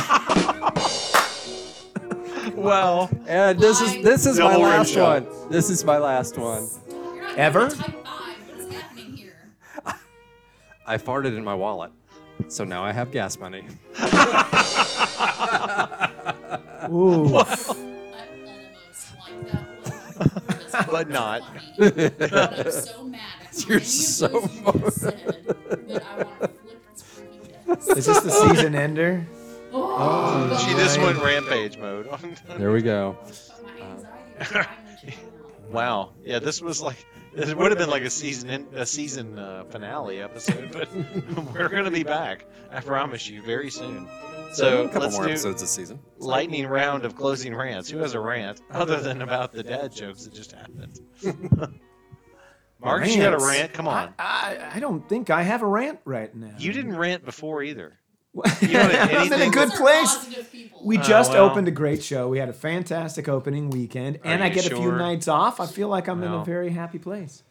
Speaker 1: Well,
Speaker 2: And this is this is my
Speaker 1: Double rim
Speaker 2: last
Speaker 1: shot.
Speaker 2: one. This is my last one.
Speaker 4: You're not
Speaker 3: Ever?
Speaker 4: Type five. What is happening here?
Speaker 2: I farted in my wallet, so now I have gas money.
Speaker 3: Ooh.
Speaker 4: I almost like that one.
Speaker 1: But not.
Speaker 4: Funny. But I'm so mad at
Speaker 2: You're
Speaker 4: any of
Speaker 2: so
Speaker 4: those you just said that I want to flip its freaking desk.
Speaker 3: Is this the season ender?
Speaker 4: Oh, God.
Speaker 1: she just went rampage mode.
Speaker 2: There we go.
Speaker 4: My anxiety is finally checking out.
Speaker 1: wow. Yeah, this was like this would have been like a season in, a season uh, finale episode, but we're gonna be back. I promise you, very soon. So
Speaker 2: a couple
Speaker 1: let's
Speaker 2: more
Speaker 1: do
Speaker 2: episodes this season.
Speaker 1: lightning round of closing rants. Who has a rant other than about the dad jokes that just happened? Marcus, you got a
Speaker 3: Rants.
Speaker 1: rant? Come on.
Speaker 3: I, I, I don't think I have a rant right now.
Speaker 1: You didn't rant before either.
Speaker 3: What?
Speaker 1: You wanted
Speaker 3: I was in a
Speaker 1: anything?
Speaker 3: good
Speaker 4: Those are
Speaker 3: place.
Speaker 4: positive people.
Speaker 3: We
Speaker 1: Oh,
Speaker 3: just
Speaker 1: well.
Speaker 3: opened a great show. We had a fantastic opening weekend, and
Speaker 1: Are
Speaker 3: I
Speaker 1: you
Speaker 3: get a few
Speaker 1: sure?
Speaker 3: nights off. I feel like I'm in
Speaker 1: No.
Speaker 3: a very happy place.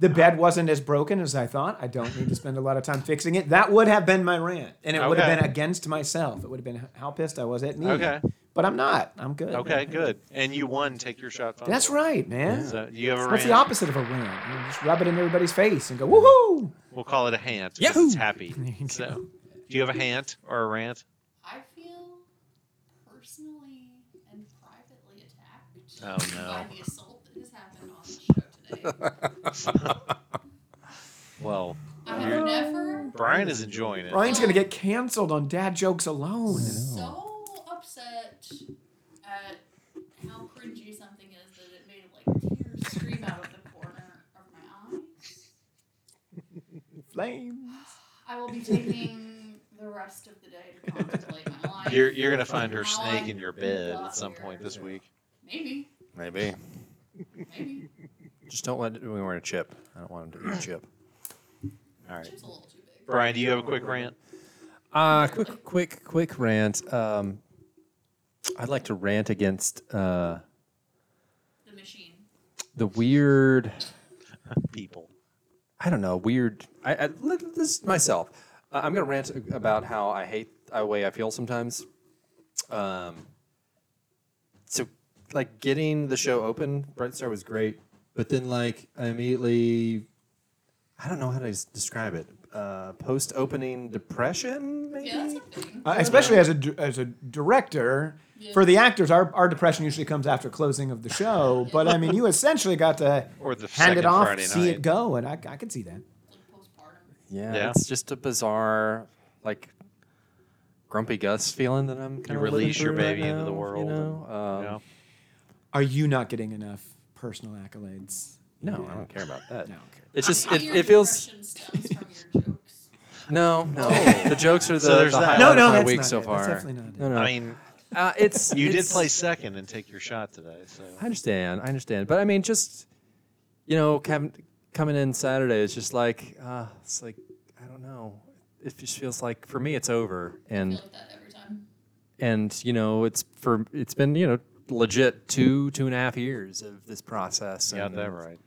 Speaker 3: The bed wasn't as broken as I thought. I don't need to spend a lot of time fixing it. That would have been my rant, and it would have
Speaker 1: Okay.
Speaker 3: been against myself. It would have been how pissed I was at me.
Speaker 1: Okay.
Speaker 3: But I'm not. I'm good.
Speaker 1: Okay, good. And you won. Take your shot. Fumble.
Speaker 3: That's right, man.
Speaker 1: So you have a
Speaker 3: What's
Speaker 1: rant.
Speaker 3: the opposite of a rant? You know, just rub it in everybody's face and go, woohoo!
Speaker 1: We'll call it a hant. 'cause
Speaker 2: Yahoo!
Speaker 1: It's happy. So, do you have a hant or a rant?
Speaker 4: I feel personally and privately attacked
Speaker 1: Oh,
Speaker 4: by
Speaker 1: no.
Speaker 4: the assault that has happened on the show today.
Speaker 1: Well,
Speaker 4: I have never
Speaker 1: Ryan is enjoying it.
Speaker 3: Ryan's gonna get canceled on dad jokes alone.
Speaker 4: so upset at how cringy something is that it made like tears stream out of the corner of my eye.
Speaker 3: Flame.
Speaker 4: I will be taking the rest of the day to contemplate my life.
Speaker 1: You're you're gonna find her
Speaker 4: How
Speaker 1: snake in
Speaker 4: I
Speaker 1: your
Speaker 4: grew
Speaker 1: bed
Speaker 4: up
Speaker 1: at some
Speaker 4: here.
Speaker 1: point this week.
Speaker 4: Maybe,
Speaker 2: Maybe.
Speaker 4: maybe.
Speaker 2: Just don't let it we we're in a chip. I don't want him to eat a chip.
Speaker 1: All right,
Speaker 4: Chip's a little too big.
Speaker 1: Brian, do you have a quick rant?
Speaker 2: Uh, quick, quick, quick rant. Um, I'd like to rant against uh,
Speaker 4: The machine.
Speaker 2: the weird.
Speaker 1: People,
Speaker 2: I don't know. Weird. I, I let- this myself. Uh, I'm gonna rant about how I hate the way I feel sometimes. Um, so, like getting the show open, Bright Star was great, but then like I immediately, I don't know how to s- describe it. Uh, Post opening depression, maybe.
Speaker 4: Yeah, that's a thing.
Speaker 3: Uh, especially as a d- as a director, for the actors, our, our depression usually comes after closing of the show. But I mean, you essentially got to
Speaker 1: or the
Speaker 3: hand
Speaker 1: second
Speaker 3: it off,
Speaker 1: Friday
Speaker 3: see
Speaker 1: night.
Speaker 3: it go, and I, I could see that.
Speaker 4: Like postpartum.
Speaker 2: Yeah,
Speaker 1: Yeah.
Speaker 2: it's just a bizarre, like, grumpy Gus feeling that I'm kind
Speaker 1: You
Speaker 2: of
Speaker 1: release your baby into the world.
Speaker 2: You
Speaker 1: and-
Speaker 2: know? um,
Speaker 1: yeah.
Speaker 3: Are you not getting enough personal accolades?
Speaker 2: No, I don't care about that.
Speaker 3: No, I don't care.
Speaker 2: It's just it,
Speaker 4: Your
Speaker 2: it feels
Speaker 4: depression stems from your jokes.
Speaker 2: no no. the jokes are the,
Speaker 1: So there's
Speaker 2: the
Speaker 1: that.
Speaker 2: highlight
Speaker 1: No,
Speaker 2: of
Speaker 3: Oh. no,
Speaker 2: my
Speaker 3: that's
Speaker 2: week
Speaker 3: not
Speaker 2: so
Speaker 3: it. That's
Speaker 2: far.
Speaker 3: definitely not it.
Speaker 2: No, no.
Speaker 1: I mean,
Speaker 2: uh, it's
Speaker 1: you did
Speaker 2: it's-
Speaker 1: play second and take your shot today, so
Speaker 2: I understand. I understand. But I mean, just you know, com- coming in Saturday is just like uh, it's like I don't know. It just feels like for me it's over
Speaker 4: I
Speaker 2: and.
Speaker 4: feel like that every time.
Speaker 2: and you know it's for it's been you know legit two two and a half years of this process
Speaker 1: you got
Speaker 2: and,
Speaker 1: that right.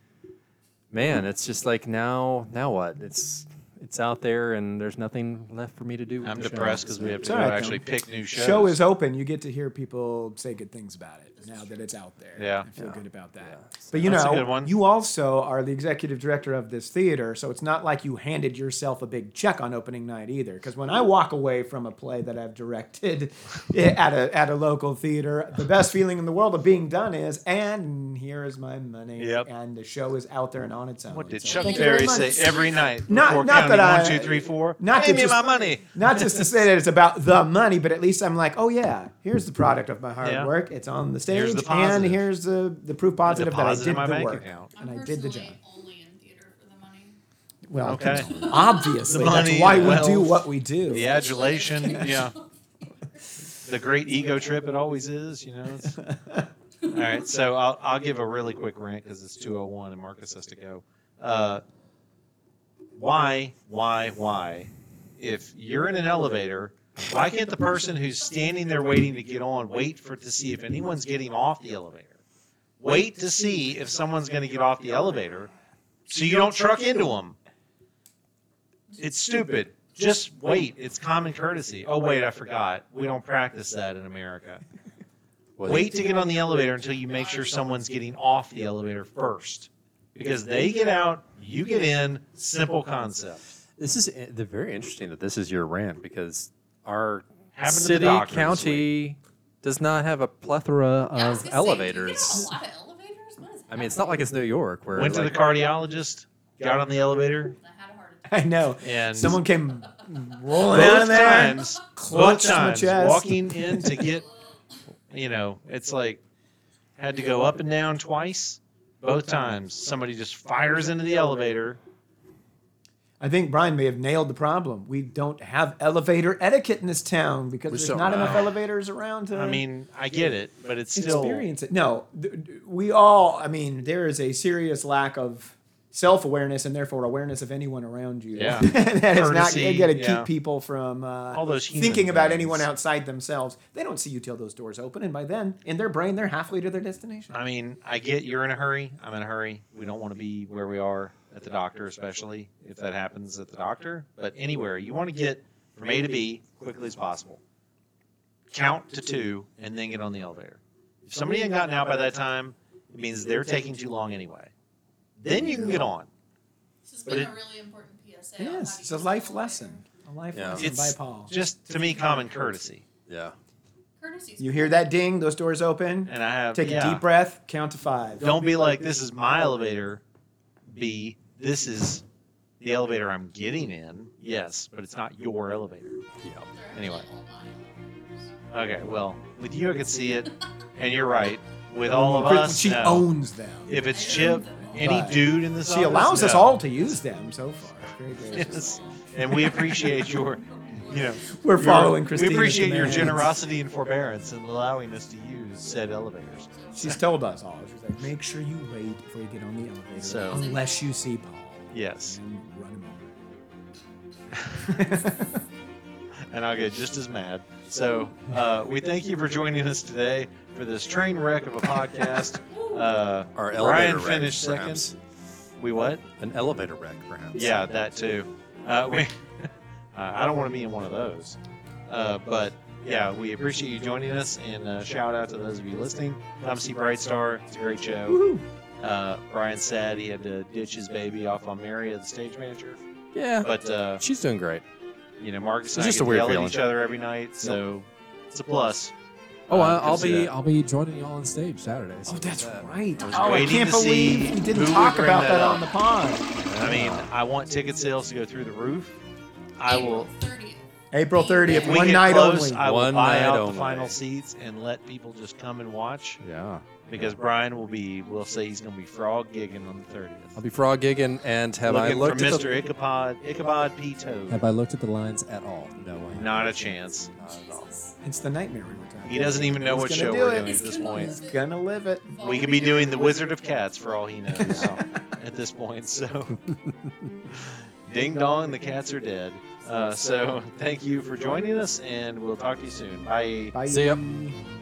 Speaker 2: man it's just like now now what it's it's out there and there's nothing left for me to do with
Speaker 1: I'm
Speaker 2: the show.
Speaker 1: depressed because we have to
Speaker 3: all
Speaker 1: go
Speaker 3: right,
Speaker 1: actually
Speaker 3: though.
Speaker 1: pick new shows.
Speaker 3: Show is open. You get to hear people say good things about it now that it's out there.
Speaker 1: Yeah.
Speaker 3: I feel good about that. But you
Speaker 1: That's a
Speaker 3: know,
Speaker 1: good one.
Speaker 3: you also are the executive director of this theater, so it's not like you handed yourself a big check on opening night either. Because when I walk away from a play that I've directed at a at a local theater, the best feeling in the world of being done is, and here is my money,
Speaker 1: Yep.
Speaker 3: and the show is out there and on its own.
Speaker 1: What did
Speaker 3: So
Speaker 1: Chuck
Speaker 3: thank you very
Speaker 1: Berry
Speaker 3: much.
Speaker 1: say every night?
Speaker 3: Not-
Speaker 1: before
Speaker 3: not
Speaker 1: counting
Speaker 3: that
Speaker 1: one,
Speaker 3: I-
Speaker 1: two, three, four.
Speaker 3: not
Speaker 1: Pay
Speaker 3: to
Speaker 1: me
Speaker 3: just-
Speaker 1: my money.
Speaker 3: Not just to say that it's about the money, but at least I'm like, oh yeah, here's the product of my hard
Speaker 1: Yeah.
Speaker 3: work. It's on the stage,
Speaker 1: Here's the
Speaker 3: and
Speaker 1: positive.
Speaker 3: here's the, the proof positive that I
Speaker 1: deposit in
Speaker 3: did
Speaker 1: my
Speaker 3: the
Speaker 1: bank
Speaker 3: work
Speaker 1: account.
Speaker 4: I'm
Speaker 3: and I
Speaker 4: personally
Speaker 3: did the job.
Speaker 4: only in theater for the money.
Speaker 3: Well,
Speaker 1: Okay.
Speaker 3: obviously,
Speaker 1: The
Speaker 3: that's
Speaker 1: money,
Speaker 3: why we
Speaker 1: wealth.
Speaker 3: do what we do.
Speaker 1: The adulation, yeah. The great ego trip it always is, you know. It's... All right, so I'll, I'll give a really quick rant because it's 201 and Marcus has to go. Uh, why, why, why? If you're in an elevator, why can't the person who's standing there waiting to get on wait for to see if anyone's getting off the elevator? Wait to see if someone's going to get off the elevator so you don't truck into them. It's stupid. Just wait. It's common courtesy. Oh, wait, I forgot. We don't practice that in America. Wait to get on the elevator until you make sure someone's getting off the elevator first. Because they get out, you get in. Simple concept.
Speaker 2: this is i- the very interesting that this is your rant because our
Speaker 1: Happened to the
Speaker 2: city
Speaker 1: doctor this
Speaker 2: county does not have a plethora
Speaker 4: Yeah, I was
Speaker 2: of
Speaker 4: gonna say,
Speaker 2: elevators
Speaker 4: do you get on a lot of elevators? What is
Speaker 2: i mean it's not like it's new york where
Speaker 1: Went to the
Speaker 2: like,
Speaker 1: cardiologist, got on the elevator,
Speaker 4: happening? I had a heart attack.
Speaker 3: I know.
Speaker 1: and
Speaker 3: Someone came rolling out
Speaker 1: both
Speaker 3: of there,
Speaker 1: times, both
Speaker 3: clutched my
Speaker 1: times,
Speaker 3: chest.
Speaker 1: walking in to get, you know, it's like had to go up and down twice. Both times, somebody just fires into the elevator.
Speaker 3: I think Brian may have nailed the problem. We don't have elevator etiquette in this town because there's
Speaker 2: so-
Speaker 3: not enough
Speaker 2: wow.
Speaker 3: elevators around to
Speaker 1: I mean, I get it, but it's still
Speaker 3: experience it. No, th- d- we all. I mean, there is a serious lack of self awareness and therefore awareness of anyone around you.
Speaker 1: Yeah.
Speaker 3: that is not
Speaker 1: Courtesy,
Speaker 3: going to
Speaker 1: yeah.
Speaker 3: keep people from uh,
Speaker 1: All those human
Speaker 3: thinking about
Speaker 1: things.
Speaker 3: anyone outside themselves. They don't see you till those doors open, and by then, in their brain, they're halfway to their destination.
Speaker 1: I mean, I get you're in a hurry. I'm in a hurry. We don't want to be where we are at the doctor, especially if that happens at the doctor. But anywhere, you want to get from A to B quickly as possible. Count to two and then get on the elevator. If somebody had gotten out by that time, it means they're taking too long anyway. Then you can get on.
Speaker 4: This has
Speaker 1: But
Speaker 4: been
Speaker 1: it-
Speaker 4: a really important PSA. on how
Speaker 3: Yes,
Speaker 4: to
Speaker 3: it's a
Speaker 4: use
Speaker 3: life
Speaker 4: an elevator.
Speaker 3: lesson. A life
Speaker 2: Yeah.
Speaker 3: lesson by
Speaker 1: It's
Speaker 3: Paul.
Speaker 1: just to me common courtesy.
Speaker 2: yeah
Speaker 4: Courtesy.
Speaker 3: You hear that ding? Those doors open.
Speaker 1: And I have
Speaker 3: Take
Speaker 1: yeah.
Speaker 3: a deep breath. Count to five.
Speaker 1: Don't, be like, this is my elevator, B. This is the elevator I'm getting in, yes, but it's not your elevator.
Speaker 2: Yeah.
Speaker 1: Anyway. Okay, well, with you I could see it, and you're right. With all of us,
Speaker 3: Oh, she
Speaker 1: no.
Speaker 3: owns them.
Speaker 1: If it's Chip, any
Speaker 3: Right.
Speaker 1: dude in this
Speaker 3: she
Speaker 1: office,
Speaker 3: allows us
Speaker 1: no.
Speaker 3: all to use them so far. Very gracious.
Speaker 1: Yes, and we appreciate your, you know,
Speaker 3: We're
Speaker 1: your-
Speaker 3: following
Speaker 1: We
Speaker 3: Christine.
Speaker 1: appreciate your generosity and forbearance in allowing us to use said elevators.
Speaker 3: She's told us all. She's like, make sure you wait before you get on the elevator,
Speaker 1: So-
Speaker 3: unless you see Paul.
Speaker 1: Yes,
Speaker 3: And run him over.
Speaker 1: and I'll get just as mad. So uh, we thank you for joining us today for this train wreck of a podcast. Uh,
Speaker 2: Our
Speaker 1: Brian
Speaker 2: elevator wreck,
Speaker 1: finished
Speaker 2: perhaps.
Speaker 1: second. We what?
Speaker 2: An elevator wreck, perhaps.
Speaker 1: Yeah, that too. Uh, we, uh, I don't want to be in one of those. Uh, but yeah, we appreciate you joining us, and uh, shout out to those of you listening. I'm C. Brightstar. It's a great show. Uh, Brian's sad he had to ditch his baby off on Mary, the stage manager.
Speaker 2: Yeah.
Speaker 1: But uh,
Speaker 2: She's doing great.
Speaker 1: you know, Marcus and
Speaker 2: It's
Speaker 1: I
Speaker 2: just
Speaker 1: get to
Speaker 2: a weird
Speaker 1: yell
Speaker 2: feeling.
Speaker 1: at each other every night, so it's a plus.
Speaker 6: Oh,
Speaker 2: Um,
Speaker 1: Uh,
Speaker 6: I-
Speaker 1: good
Speaker 6: I'll
Speaker 1: to see
Speaker 6: be
Speaker 1: that.
Speaker 6: I'll be joining y'all on stage Saturday. so-
Speaker 3: Oh, that's right.
Speaker 1: was
Speaker 3: Oh, I
Speaker 1: waiting
Speaker 3: can't
Speaker 1: to see
Speaker 3: believe we
Speaker 1: who
Speaker 3: didn't
Speaker 1: would
Speaker 3: talk
Speaker 1: bring
Speaker 3: about
Speaker 1: that
Speaker 3: that
Speaker 1: up.
Speaker 3: on the pod.
Speaker 1: I mean, I want ticket sales to go through the roof. I will.
Speaker 4: Thirtieth.
Speaker 3: April 30th,
Speaker 1: If we
Speaker 3: one
Speaker 1: get
Speaker 3: night
Speaker 1: close,
Speaker 3: only.
Speaker 1: I will
Speaker 6: One
Speaker 1: buy
Speaker 6: night
Speaker 1: out
Speaker 6: only.
Speaker 1: the final seats and let people just come and watch.
Speaker 6: yeah.
Speaker 1: because Brian will be. We'll say he's going to be frog gigging on the 30th.
Speaker 6: I'll be frog gigging and have
Speaker 1: Looking
Speaker 6: I looked
Speaker 1: for
Speaker 6: at
Speaker 1: Mr.
Speaker 6: the,
Speaker 1: Ichabod, Ichabod P. Toad.
Speaker 6: have I looked at the lines at all? No, I haven't.
Speaker 1: Not a chance.
Speaker 3: It's the nightmare we were talking
Speaker 1: He doesn't even know
Speaker 3: He's
Speaker 1: what
Speaker 3: gonna
Speaker 1: show
Speaker 3: do
Speaker 1: we're
Speaker 3: it.
Speaker 1: doing at this point.
Speaker 3: about. Gonna live it.
Speaker 1: We could be doing The Wizard of Cats for all he knows at this point. So, ding dong, the cats are dead. Uh, so, thank you for joining us, and we'll talk to you soon. Bye.
Speaker 3: Bye.
Speaker 6: See ya.
Speaker 3: ya.